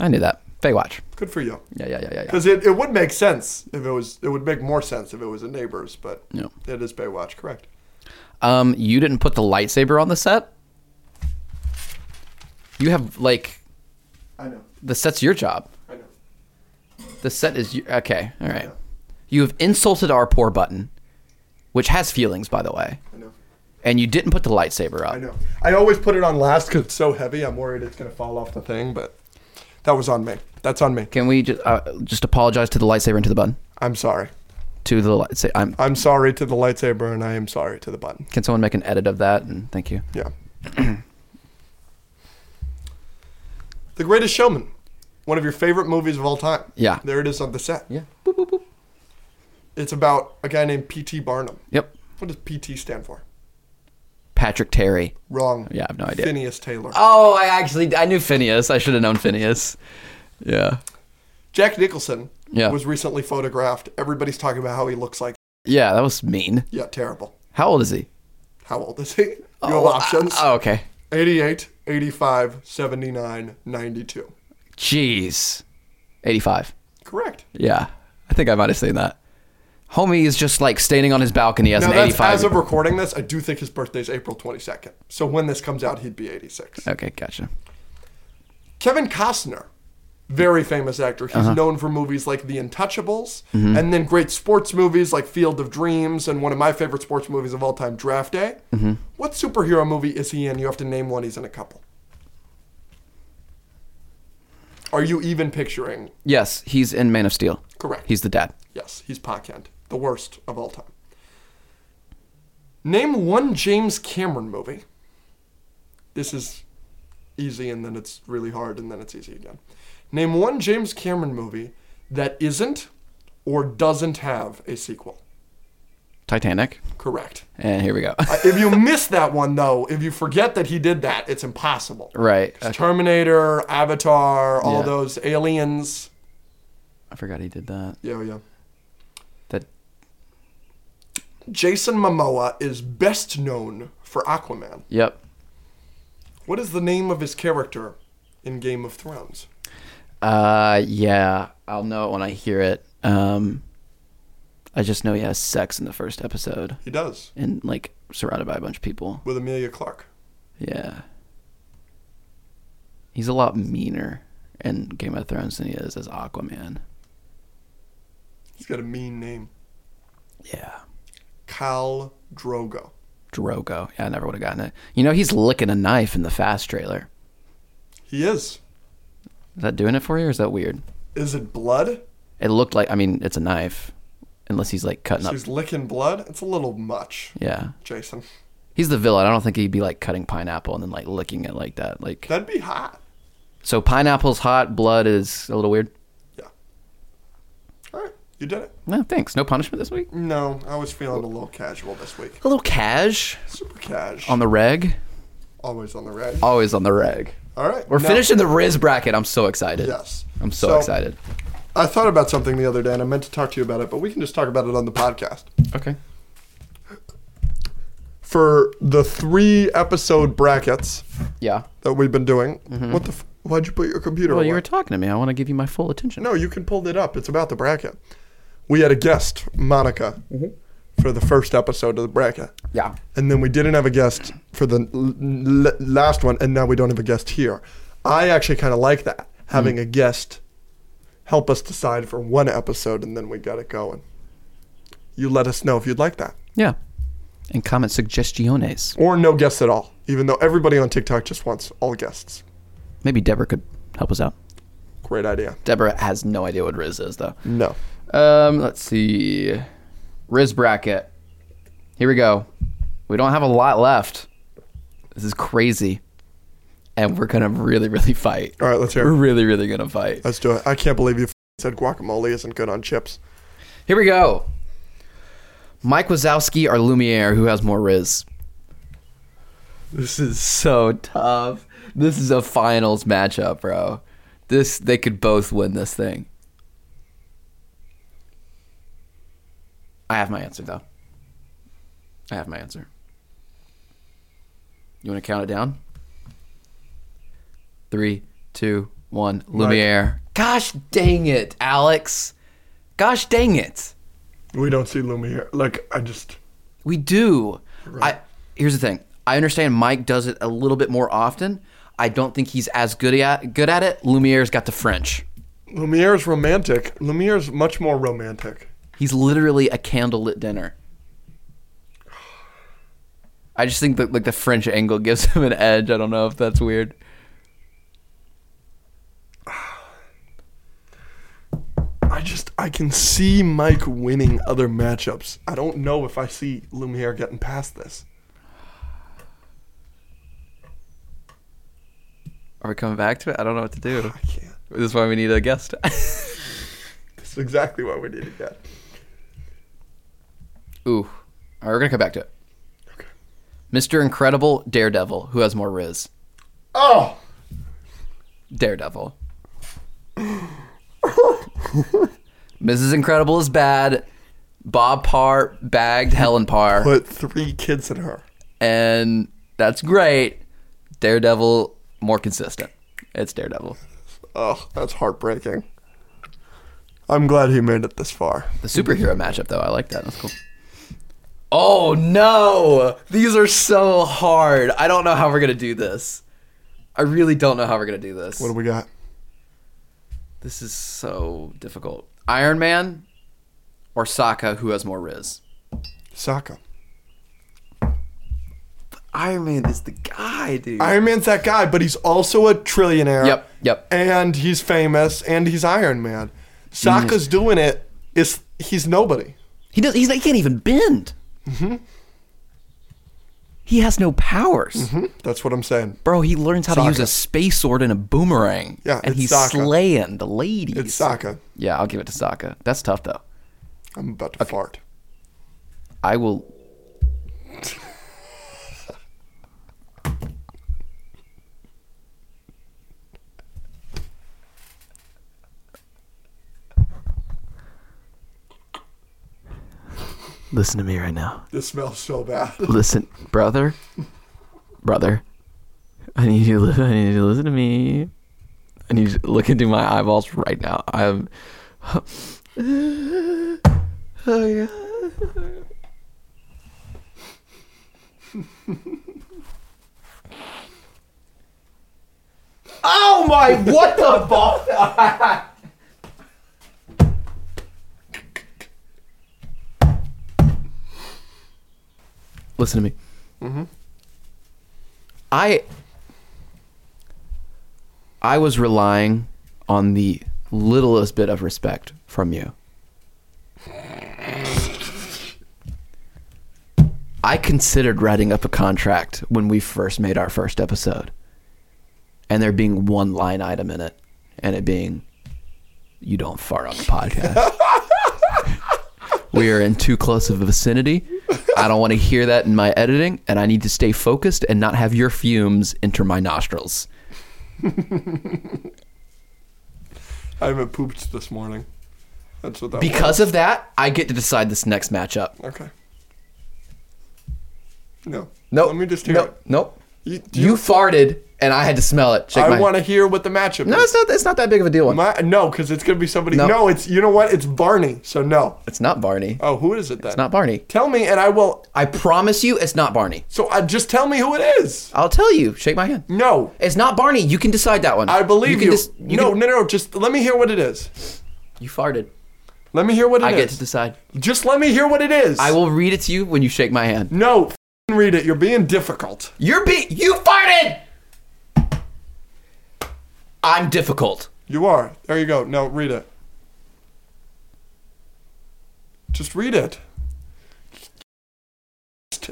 [SPEAKER 1] I knew that. Baywatch.
[SPEAKER 2] Good for you.
[SPEAKER 1] Yeah, yeah, yeah, yeah, yeah.
[SPEAKER 2] Because it, it would make sense if it was, it would make more sense if it was a neighbors, but
[SPEAKER 1] Yeah.
[SPEAKER 2] it is Baywatch, correct.
[SPEAKER 1] Um, you didn't put the lightsaber on the set? You have like
[SPEAKER 2] I know.
[SPEAKER 1] The set's your job.
[SPEAKER 2] I know.
[SPEAKER 1] The set is your, okay. All right. You have insulted our poor button, which has feelings, by the way.
[SPEAKER 2] I know.
[SPEAKER 1] And you didn't put the lightsaber up.
[SPEAKER 2] I know. I always put it on last because it's so heavy. I'm worried it's gonna fall off the thing, but that was on me. That's on me.
[SPEAKER 1] Can we just, uh, just apologize to the lightsaber and to the button?
[SPEAKER 2] I'm sorry.
[SPEAKER 1] To the lightsaber. I'm.
[SPEAKER 2] I'm sorry to the lightsaber, and I am sorry to the button.
[SPEAKER 1] Can someone make an edit of that? And thank you.
[SPEAKER 2] Yeah. the Greatest Showman, one of your favorite movies of all time.
[SPEAKER 1] Yeah.
[SPEAKER 2] There it is on the set.
[SPEAKER 1] Yeah.
[SPEAKER 2] It's about a guy named P.T. Barnum.
[SPEAKER 1] Yep.
[SPEAKER 2] What does P.T. stand for?
[SPEAKER 1] Patrick Terry.
[SPEAKER 2] Wrong.
[SPEAKER 1] Yeah, I have no idea.
[SPEAKER 2] Phineas Taylor.
[SPEAKER 1] Oh, I actually I knew Phineas. I should have known Phineas. Yeah.
[SPEAKER 2] Jack Nicholson
[SPEAKER 1] Yeah.
[SPEAKER 2] was recently photographed. Everybody's talking about how he looks like.
[SPEAKER 1] Yeah, that was mean.
[SPEAKER 2] Yeah, terrible.
[SPEAKER 1] How old is he?
[SPEAKER 2] How old is he? You have
[SPEAKER 1] Oh,
[SPEAKER 2] options
[SPEAKER 1] uh, oh, okay.
[SPEAKER 2] 88, 85, 79, 92.
[SPEAKER 1] Jeez. 85.
[SPEAKER 2] Correct.
[SPEAKER 1] Yeah. I think I might have seen that. Homie is just like standing on his balcony as
[SPEAKER 2] Now,
[SPEAKER 1] an
[SPEAKER 2] that's
[SPEAKER 1] 85.
[SPEAKER 2] as of recording this. I do think his birthday's April 22nd. So when this comes out, he'd be 86.
[SPEAKER 1] okay, gotcha.
[SPEAKER 2] Kevin Costner, very famous actor. He's
[SPEAKER 1] Uh-huh.
[SPEAKER 2] known for movies like The Untouchables
[SPEAKER 1] Mm-hmm.
[SPEAKER 2] and then great sports movies like Field of Dreams and one of my favorite sports movies of all time, Draft Day.
[SPEAKER 1] Mm-hmm.
[SPEAKER 2] What superhero movie is he in? You have to name one he's in a couple. Are you even picturing?
[SPEAKER 1] Yes, he's in Man of Steel.
[SPEAKER 2] Correct.
[SPEAKER 1] He's the dad.
[SPEAKER 2] yes, he's Pa Kent, the worst of all time. Name one James Cameron movie. This is easy and then it's really hard and then it's easy again. Name one James Cameron movie that isn't or doesn't have a sequel.
[SPEAKER 1] Titanic.
[SPEAKER 2] Correct.
[SPEAKER 1] And here we go.
[SPEAKER 2] Uh, if you miss that one though, if you forget that he did that, it's impossible.
[SPEAKER 1] right. I,
[SPEAKER 2] Terminator, Avatar, all
[SPEAKER 1] Yeah.
[SPEAKER 2] those aliens.
[SPEAKER 1] I forgot he did that.
[SPEAKER 2] Yeah, yeah.
[SPEAKER 1] That
[SPEAKER 2] Jason Momoa is best known for Aquaman.
[SPEAKER 1] Yep.
[SPEAKER 2] What is the name of his character in Game of Thrones?
[SPEAKER 1] Uh yeah, I'll know it when I hear it. Um I just know he has sex in the first episode.
[SPEAKER 2] He does
[SPEAKER 1] and like surrounded by a bunch of people.
[SPEAKER 2] with Amelia Clark.
[SPEAKER 1] Yeah. He's a lot meaner in Game of Thrones than he is as Aquaman.
[SPEAKER 2] He's got a mean name,
[SPEAKER 1] Yeah.
[SPEAKER 2] Khal Drogo.
[SPEAKER 1] Drogo. Yeah, I never would have gotten it. You know, he's licking a knife in the fast trailer.
[SPEAKER 2] He is.
[SPEAKER 1] Is that doing it for you or is that weird?
[SPEAKER 2] Is it blood?
[SPEAKER 1] It looked like I mean, it's a knife. Unless he's like cutting
[SPEAKER 2] So
[SPEAKER 1] up
[SPEAKER 2] he's licking blood. It's a little much,
[SPEAKER 1] Yeah.
[SPEAKER 2] Jason.
[SPEAKER 1] He's the villain. I don't think he'd be like cutting pineapple and then like licking it like that. Like
[SPEAKER 2] That'd be hot.
[SPEAKER 1] so pineapple's hot, blood is a little weird.
[SPEAKER 2] Yeah. All right, you did it.
[SPEAKER 1] No, thanks. No punishment this week?
[SPEAKER 2] No, I was feeling a little casual this week.
[SPEAKER 1] A little cash
[SPEAKER 2] Super cash.
[SPEAKER 1] on the reg.
[SPEAKER 2] Always on the red.
[SPEAKER 1] Always on the reg.
[SPEAKER 2] All right,
[SPEAKER 1] We're
[SPEAKER 2] now-
[SPEAKER 1] finishing the Riz bracket. I'm so excited.
[SPEAKER 2] Yes.
[SPEAKER 1] I'm so,
[SPEAKER 2] So-
[SPEAKER 1] excited.
[SPEAKER 2] I thought about something the other day, and I meant to talk to you about it, but we can just talk about it on the podcast.
[SPEAKER 1] Okay.
[SPEAKER 2] For the three episode brackets
[SPEAKER 1] Yeah.
[SPEAKER 2] that we've been doing, what the? F- why'd you put your computer?
[SPEAKER 1] Mm-hmm. Well,
[SPEAKER 2] away?
[SPEAKER 1] you were talking to me. I want to give you my full attention.
[SPEAKER 2] no, you can pull it up. It's about the bracket. We had a guest, Monica,
[SPEAKER 1] Mm-hmm.
[SPEAKER 2] for the first episode of the bracket,
[SPEAKER 1] Yeah.
[SPEAKER 2] and then we didn't have a guest for the l- l- last one, and now we don't have a guest here. I actually kind of like that having a guest help us decide for one episode, and then we got it going. You let us know if you'd like that.
[SPEAKER 1] Yeah. And comment suggestiones.
[SPEAKER 2] or no guests at all, even though everybody on TikTok just wants all guests.
[SPEAKER 1] Maybe Deborah could help us out.
[SPEAKER 2] Great idea.
[SPEAKER 1] Deborah has no idea what Riz is, though.
[SPEAKER 2] No.
[SPEAKER 1] Um, let's see. Riz bracket. Here we go. We don't have a lot left. This is crazy. And we're going to really, really fight.
[SPEAKER 2] All right, let's
[SPEAKER 1] We're
[SPEAKER 2] hear it.
[SPEAKER 1] really, really going to fight.
[SPEAKER 2] Let's do it. I can't believe you f- said guacamole isn't good on chips.
[SPEAKER 1] Here we go. Mike Wazowski or Lumiere, who has more Riz? This is so tough. This is a finals matchup, bro. This they could both win this thing. I have my answer though. I have my answer. You want to count it down? Three, two, one. Lumiere. Gosh dang it, Alex. Gosh dang it.
[SPEAKER 2] We don't see Lumiere. Like, I just.
[SPEAKER 1] We do.
[SPEAKER 2] Right.
[SPEAKER 1] I here's the thing. I understand Mike does it a little bit more often. I don't think he's as good at good at it. Lumiere's got the French.
[SPEAKER 2] Lumiere's romantic. Lumiere's much more romantic.
[SPEAKER 1] He's literally a candlelit dinner. I just think that like the French angle gives him an edge. I don't know if that's weird.
[SPEAKER 2] I just I can see Mike winning other matchups. I don't know if I see Lumiere getting past this.
[SPEAKER 1] Are we coming back to it? I don't know what to do.
[SPEAKER 2] I can't.
[SPEAKER 1] This is why we need a guest.
[SPEAKER 2] That's exactly what we need to get.
[SPEAKER 1] Ooh. All right, we're going to come back to it.
[SPEAKER 2] Okay.
[SPEAKER 1] Mr. Incredible Daredevil, who has more Riz?
[SPEAKER 2] Oh,
[SPEAKER 1] Daredevil. Mrs. Incredible is bad. Bob Parr bagged Helen Parr.
[SPEAKER 2] put three kids in her.
[SPEAKER 1] and that's great. Daredevil more consistent. It's Daredevil.
[SPEAKER 2] Oh, that's heartbreaking. I'm glad he made it this far.
[SPEAKER 1] The superhero matchup though, I like that. That's cool. Oh no! These are so hard. I don't know how we're gonna do this. I really don't know how we're gonna do this.
[SPEAKER 2] What do we got?
[SPEAKER 1] This is so difficult. Iron Man or Sokka, who has more Riz?
[SPEAKER 2] Sokka.
[SPEAKER 1] Iron Man is the guy, dude.
[SPEAKER 2] Iron Man's that guy, but he's also a trillionaire.
[SPEAKER 1] Yep, yep.
[SPEAKER 2] And he's famous, and he's Iron Man. Sokka's
[SPEAKER 1] Mm.
[SPEAKER 2] doing it. Is he's nobody?
[SPEAKER 1] He does. He's, he can't even bend. He has no powers,
[SPEAKER 2] Hmm, That's what I'm saying.
[SPEAKER 1] bro. He learns how to use
[SPEAKER 2] Sokka.
[SPEAKER 1] a space sword and a boomerang.
[SPEAKER 2] Yeah,
[SPEAKER 1] and
[SPEAKER 2] it's
[SPEAKER 1] he's
[SPEAKER 2] Sokka.
[SPEAKER 1] slaying the ladies.
[SPEAKER 2] It's Sokka.
[SPEAKER 1] Yeah, I'll give it to Sokka. That's tough though.
[SPEAKER 2] I'm about to fart.
[SPEAKER 1] I will.
[SPEAKER 3] Listen to me right now.
[SPEAKER 2] This smells so bad.
[SPEAKER 3] Listen, brother. Brother. I need you to listen, I need you to listen to me. I need you to look into my eyeballs right now. I'm Oh yeah.
[SPEAKER 1] Oh my! What the fuck?
[SPEAKER 3] Listen to me.
[SPEAKER 1] Mm-hmm. I I was relying on the littlest bit of respect from you. I considered writing up a contract when we first made our first episode and there being one line item in it and it being you don't fart on the podcast. we are in too close of a vicinity. I don't want to hear that in my editing, and I need to stay focused and not have your fumes enter my nostrils.
[SPEAKER 2] I haven't pooped this morning. That's what that was.
[SPEAKER 1] Because of that, I get to decide this next matchup.
[SPEAKER 2] Okay. No.
[SPEAKER 1] Nope.
[SPEAKER 2] Let me just hear
[SPEAKER 1] nope.
[SPEAKER 2] it.
[SPEAKER 1] Nope.
[SPEAKER 2] You-
[SPEAKER 1] You,
[SPEAKER 2] do you-
[SPEAKER 1] farted, and I had to smell it. Shake
[SPEAKER 2] I
[SPEAKER 1] my-
[SPEAKER 2] want to hear what the matchup
[SPEAKER 1] No,
[SPEAKER 2] is.
[SPEAKER 1] it's not. It's not that big of a deal. One.
[SPEAKER 2] My, no, because it's gonna be somebody.
[SPEAKER 1] No.
[SPEAKER 2] no, it's you know what? It's Barney. So no.
[SPEAKER 1] It's not Barney.
[SPEAKER 2] Oh, who is it then?
[SPEAKER 1] It's not Barney.
[SPEAKER 2] Tell me, and I will.
[SPEAKER 1] I promise you, it's not Barney.
[SPEAKER 2] So uh, just tell me who it is.
[SPEAKER 1] I'll tell you. Shake my hand.
[SPEAKER 2] No,
[SPEAKER 1] It's not Barney. You can decide that one.
[SPEAKER 2] I believe
[SPEAKER 1] can
[SPEAKER 2] you.
[SPEAKER 1] dis- you
[SPEAKER 2] no,
[SPEAKER 1] can-
[SPEAKER 2] no, no. Just let me hear what it is.
[SPEAKER 1] you farted.
[SPEAKER 2] Let me hear what it is.
[SPEAKER 1] I get to decide.
[SPEAKER 2] just let me hear what it is.
[SPEAKER 1] I will read it to you when you shake my hand.
[SPEAKER 2] No, f***ing read it. You're being difficult.
[SPEAKER 1] You're be you farted. I'm difficult.
[SPEAKER 2] You are. There you go. No, read it. Just read it.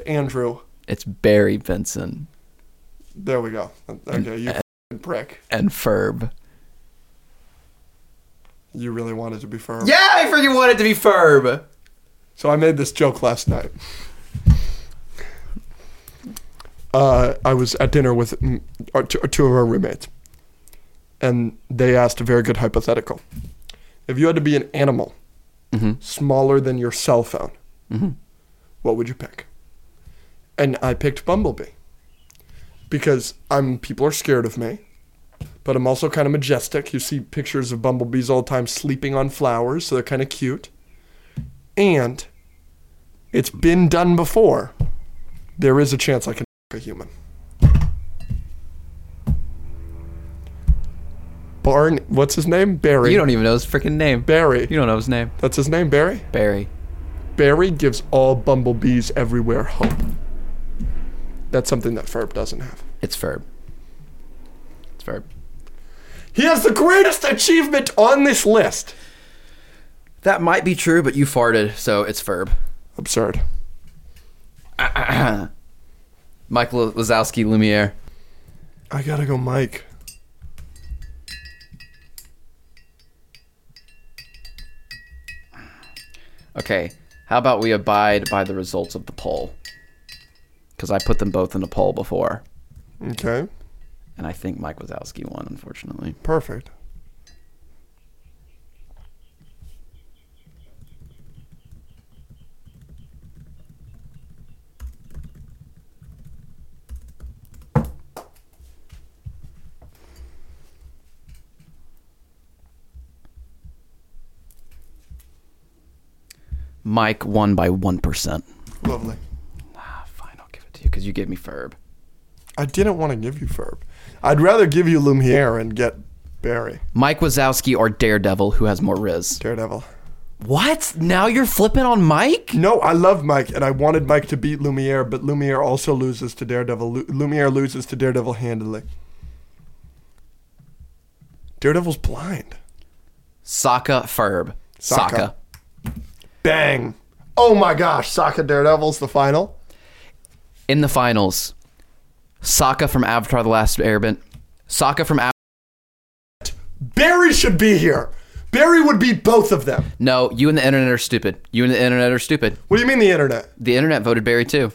[SPEAKER 2] Andrew.
[SPEAKER 1] It's Barry Benson
[SPEAKER 2] There we go. Okay, you f***ing prick.
[SPEAKER 1] and Ferb.
[SPEAKER 2] You really wanted to be firm.
[SPEAKER 1] Yeah, I freaking want it to be Ferb.
[SPEAKER 2] So I made this joke last night. Uh, I was at dinner with mm, our, two, two of our roommates, and they asked a very good hypothetical. If you had to be an animal
[SPEAKER 1] Mm-hmm.
[SPEAKER 2] smaller than your cell phone, what would you pick? And I picked Bumblebee because I'm people are scared of me, but I'm also kind of majestic. You see pictures of bumblebees all the time sleeping on flowers, so they're kind of cute and it's been done before, there is a chance I can f- a human. Barn. What's his name? Barry.
[SPEAKER 1] You don't even know his freaking name.
[SPEAKER 2] Barry.
[SPEAKER 1] You don't know his name.
[SPEAKER 2] That's his name, Barry.
[SPEAKER 1] Barry.
[SPEAKER 2] Barry gives all bumblebees everywhere hope. That's something that Ferb doesn't have.
[SPEAKER 1] It's Ferb. It's Ferb.
[SPEAKER 2] He has the greatest achievement on this list.
[SPEAKER 1] That might be true, but you farted, so it's Ferb.
[SPEAKER 2] Absurd.
[SPEAKER 1] Michael Wazowski Lumiere.
[SPEAKER 2] I gotta go, Mike.
[SPEAKER 1] Okay, how about we abide by the results of the poll? Because I put them both in a poll before,
[SPEAKER 2] Okay.
[SPEAKER 1] and I think Mike Wazowski won, unfortunately.
[SPEAKER 2] Perfect.
[SPEAKER 1] Mike won by 1%.
[SPEAKER 2] Lovely.
[SPEAKER 1] Ah, fine, I'll give it to you because you gave me Ferb.
[SPEAKER 2] I didn't want to give you Ferb. I'd rather give you Lumiere and get Barry.
[SPEAKER 1] Mike Wazowski or Daredevil, who has more Riz?
[SPEAKER 2] Daredevil.
[SPEAKER 1] What? Now you're flipping on Mike?
[SPEAKER 2] No, I love Mike, and I wanted Mike to beat Lumiere, but Lumiere also loses to Daredevil. Lu- Lumiere loses to Daredevil handily. Daredevil's blind.
[SPEAKER 1] Sokka, Ferb.
[SPEAKER 2] Sokka.
[SPEAKER 1] Sokka.
[SPEAKER 2] Bang! Oh my gosh, Sokka Daredevil's the final.
[SPEAKER 1] In the finals, Sokka from Avatar The Last Airbender. Sokka from Avatar.
[SPEAKER 2] Barry should be here. Barry would beat both of them.
[SPEAKER 1] No, you and the internet are stupid. You and the internet are stupid.
[SPEAKER 2] What do you mean the internet?
[SPEAKER 1] The internet voted Barry too.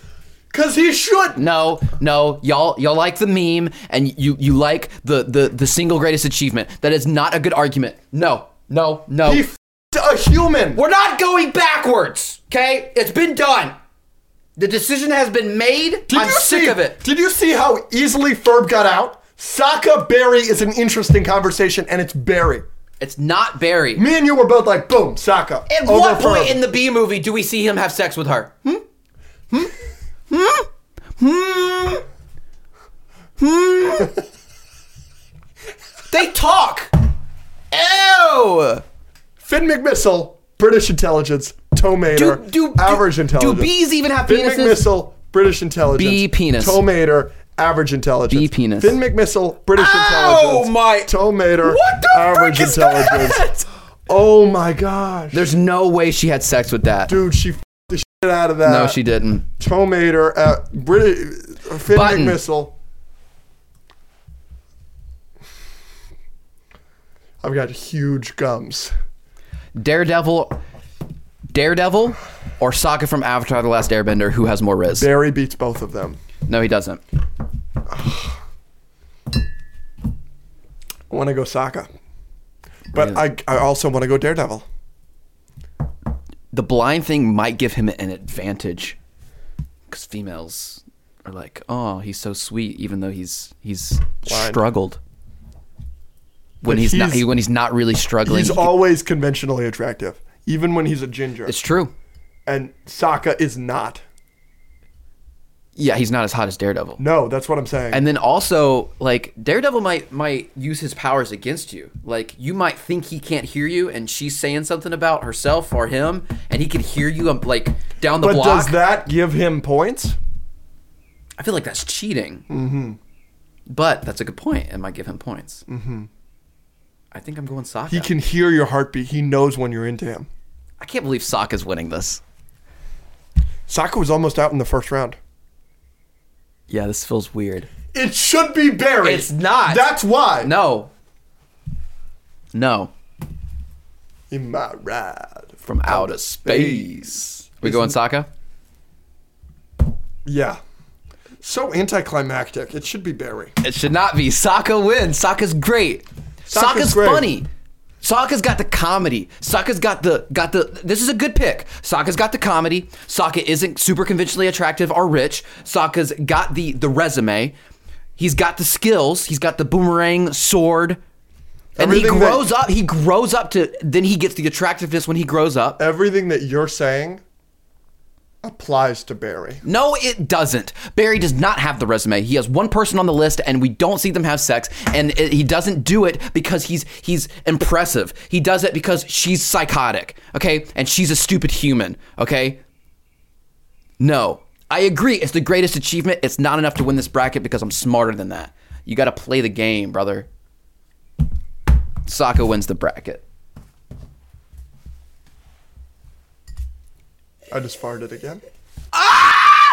[SPEAKER 2] Cause he should.
[SPEAKER 1] No, no, y'all y'all like the meme and you you like the the the single greatest achievement. That is not a good argument. No, no, no.
[SPEAKER 2] He f- a human.
[SPEAKER 1] We're not going backwards, okay? It's been done. The decision has been made. I'm
[SPEAKER 2] you
[SPEAKER 1] sick
[SPEAKER 2] see-
[SPEAKER 1] of it.
[SPEAKER 2] Did you see how easily Ferb got out? Sokka Barry is an interesting conversation, and it's Barry.
[SPEAKER 1] It's not Barry.
[SPEAKER 2] Me and you were both like, boom, Sokka.
[SPEAKER 1] At
[SPEAKER 2] over
[SPEAKER 1] what
[SPEAKER 2] Ferb.
[SPEAKER 1] point in the B movie do we see him have sex with her? Hmm? Hmm? Hmm? Hmm? Hmm? they talk. Ew.
[SPEAKER 2] Finn McMissile, British intelligence, Tomater,
[SPEAKER 1] Do, do,
[SPEAKER 2] average
[SPEAKER 1] do,
[SPEAKER 2] intelligence.
[SPEAKER 1] Do bees even have
[SPEAKER 2] Finn
[SPEAKER 1] penises?
[SPEAKER 2] McMissile, British intelligence.
[SPEAKER 1] Bee penis.
[SPEAKER 2] Tomater, average intelligence.
[SPEAKER 1] Bee penis.
[SPEAKER 2] Finn McMissile, British
[SPEAKER 1] Ow,
[SPEAKER 2] intelligence.
[SPEAKER 1] my-
[SPEAKER 2] Tomater,
[SPEAKER 1] What the
[SPEAKER 2] average
[SPEAKER 1] frick is
[SPEAKER 2] intelligence.
[SPEAKER 1] that?
[SPEAKER 2] Oh my gosh.
[SPEAKER 1] There's no way she had sex with that.
[SPEAKER 2] Dude, uh, she f- the shit out of that.
[SPEAKER 1] no, she didn't.
[SPEAKER 2] Tomater, uh, British, Finn
[SPEAKER 1] Button.
[SPEAKER 2] McMissile. I've got huge gums.
[SPEAKER 1] Daredevil, Daredevil, or Sokka from Avatar: The Last Airbender, who has more Riz?
[SPEAKER 2] Barry beats both of them.
[SPEAKER 1] no, he doesn't.
[SPEAKER 2] I want to go Sokka. But I, I also want to go Daredevil.
[SPEAKER 1] The blind thing might give him an advantage because females are like, "Oh, he's so sweet," even though he's he's
[SPEAKER 2] Blind.
[SPEAKER 1] struggled. When
[SPEAKER 2] But
[SPEAKER 1] he's, not,
[SPEAKER 2] he's-
[SPEAKER 1] he, when he's not really struggling,
[SPEAKER 2] He's
[SPEAKER 1] he-
[SPEAKER 2] always conventionally attractive, even when he's a ginger.
[SPEAKER 1] it's true.
[SPEAKER 2] And Sokka is not.
[SPEAKER 1] Yeah, he's not as hot as Daredevil.
[SPEAKER 2] No, that's what I'm saying.
[SPEAKER 1] And then also, like Daredevil might might use his powers against you. Like you might think he can't hear you, and she's saying something about herself or him, and he can hear you um, like down the
[SPEAKER 2] but
[SPEAKER 1] block.
[SPEAKER 2] does that give him points?
[SPEAKER 1] I feel like that's cheating. Mm-hmm. But that's a good point. It might give him points. Mm-hmm. I think I'm going Sokka.
[SPEAKER 2] He can hear your heartbeat. He knows when you're into him.
[SPEAKER 1] I can't believe Sokka's winning this.
[SPEAKER 2] Sokka was almost out in the first round.
[SPEAKER 1] Yeah, this feels weird.
[SPEAKER 2] It should be Barry.
[SPEAKER 1] It's not.
[SPEAKER 2] That's why.
[SPEAKER 1] No. No.
[SPEAKER 2] Am I right?
[SPEAKER 1] From outer space. We going Sokka?
[SPEAKER 2] Yeah. So anticlimactic. It should be Barry.
[SPEAKER 1] It should not be. Sokka wins. Sokka's great. Sokka's,
[SPEAKER 2] great.
[SPEAKER 1] funny. Sokka's got the comedy. Sokka's got the got the. This is a good pick. Sokka's got the comedy. Sokka isn't super conventionally attractive or rich. Sokka's got the the resume. He's got the skills. He's got the boomerang sword. And
[SPEAKER 2] Everything
[SPEAKER 1] he
[SPEAKER 2] that-
[SPEAKER 1] grows up. He grows up to. Then he gets the attractiveness when he grows up.
[SPEAKER 2] Everything that you're saying applies to Barry.
[SPEAKER 1] No, it doesn't. Barry does not have the resume. He has one person on the list, and we don't see them have sex. And it, he doesn't do it because he's he's impressive. He does it because she's psychotic. Okay, and she's a stupid human. Okay. No, I agree. It's the greatest achievement. It's not enough to win this bracket because I'm smarter than that. You got to play the game, brother. Sokka wins the bracket.
[SPEAKER 2] I just farted again.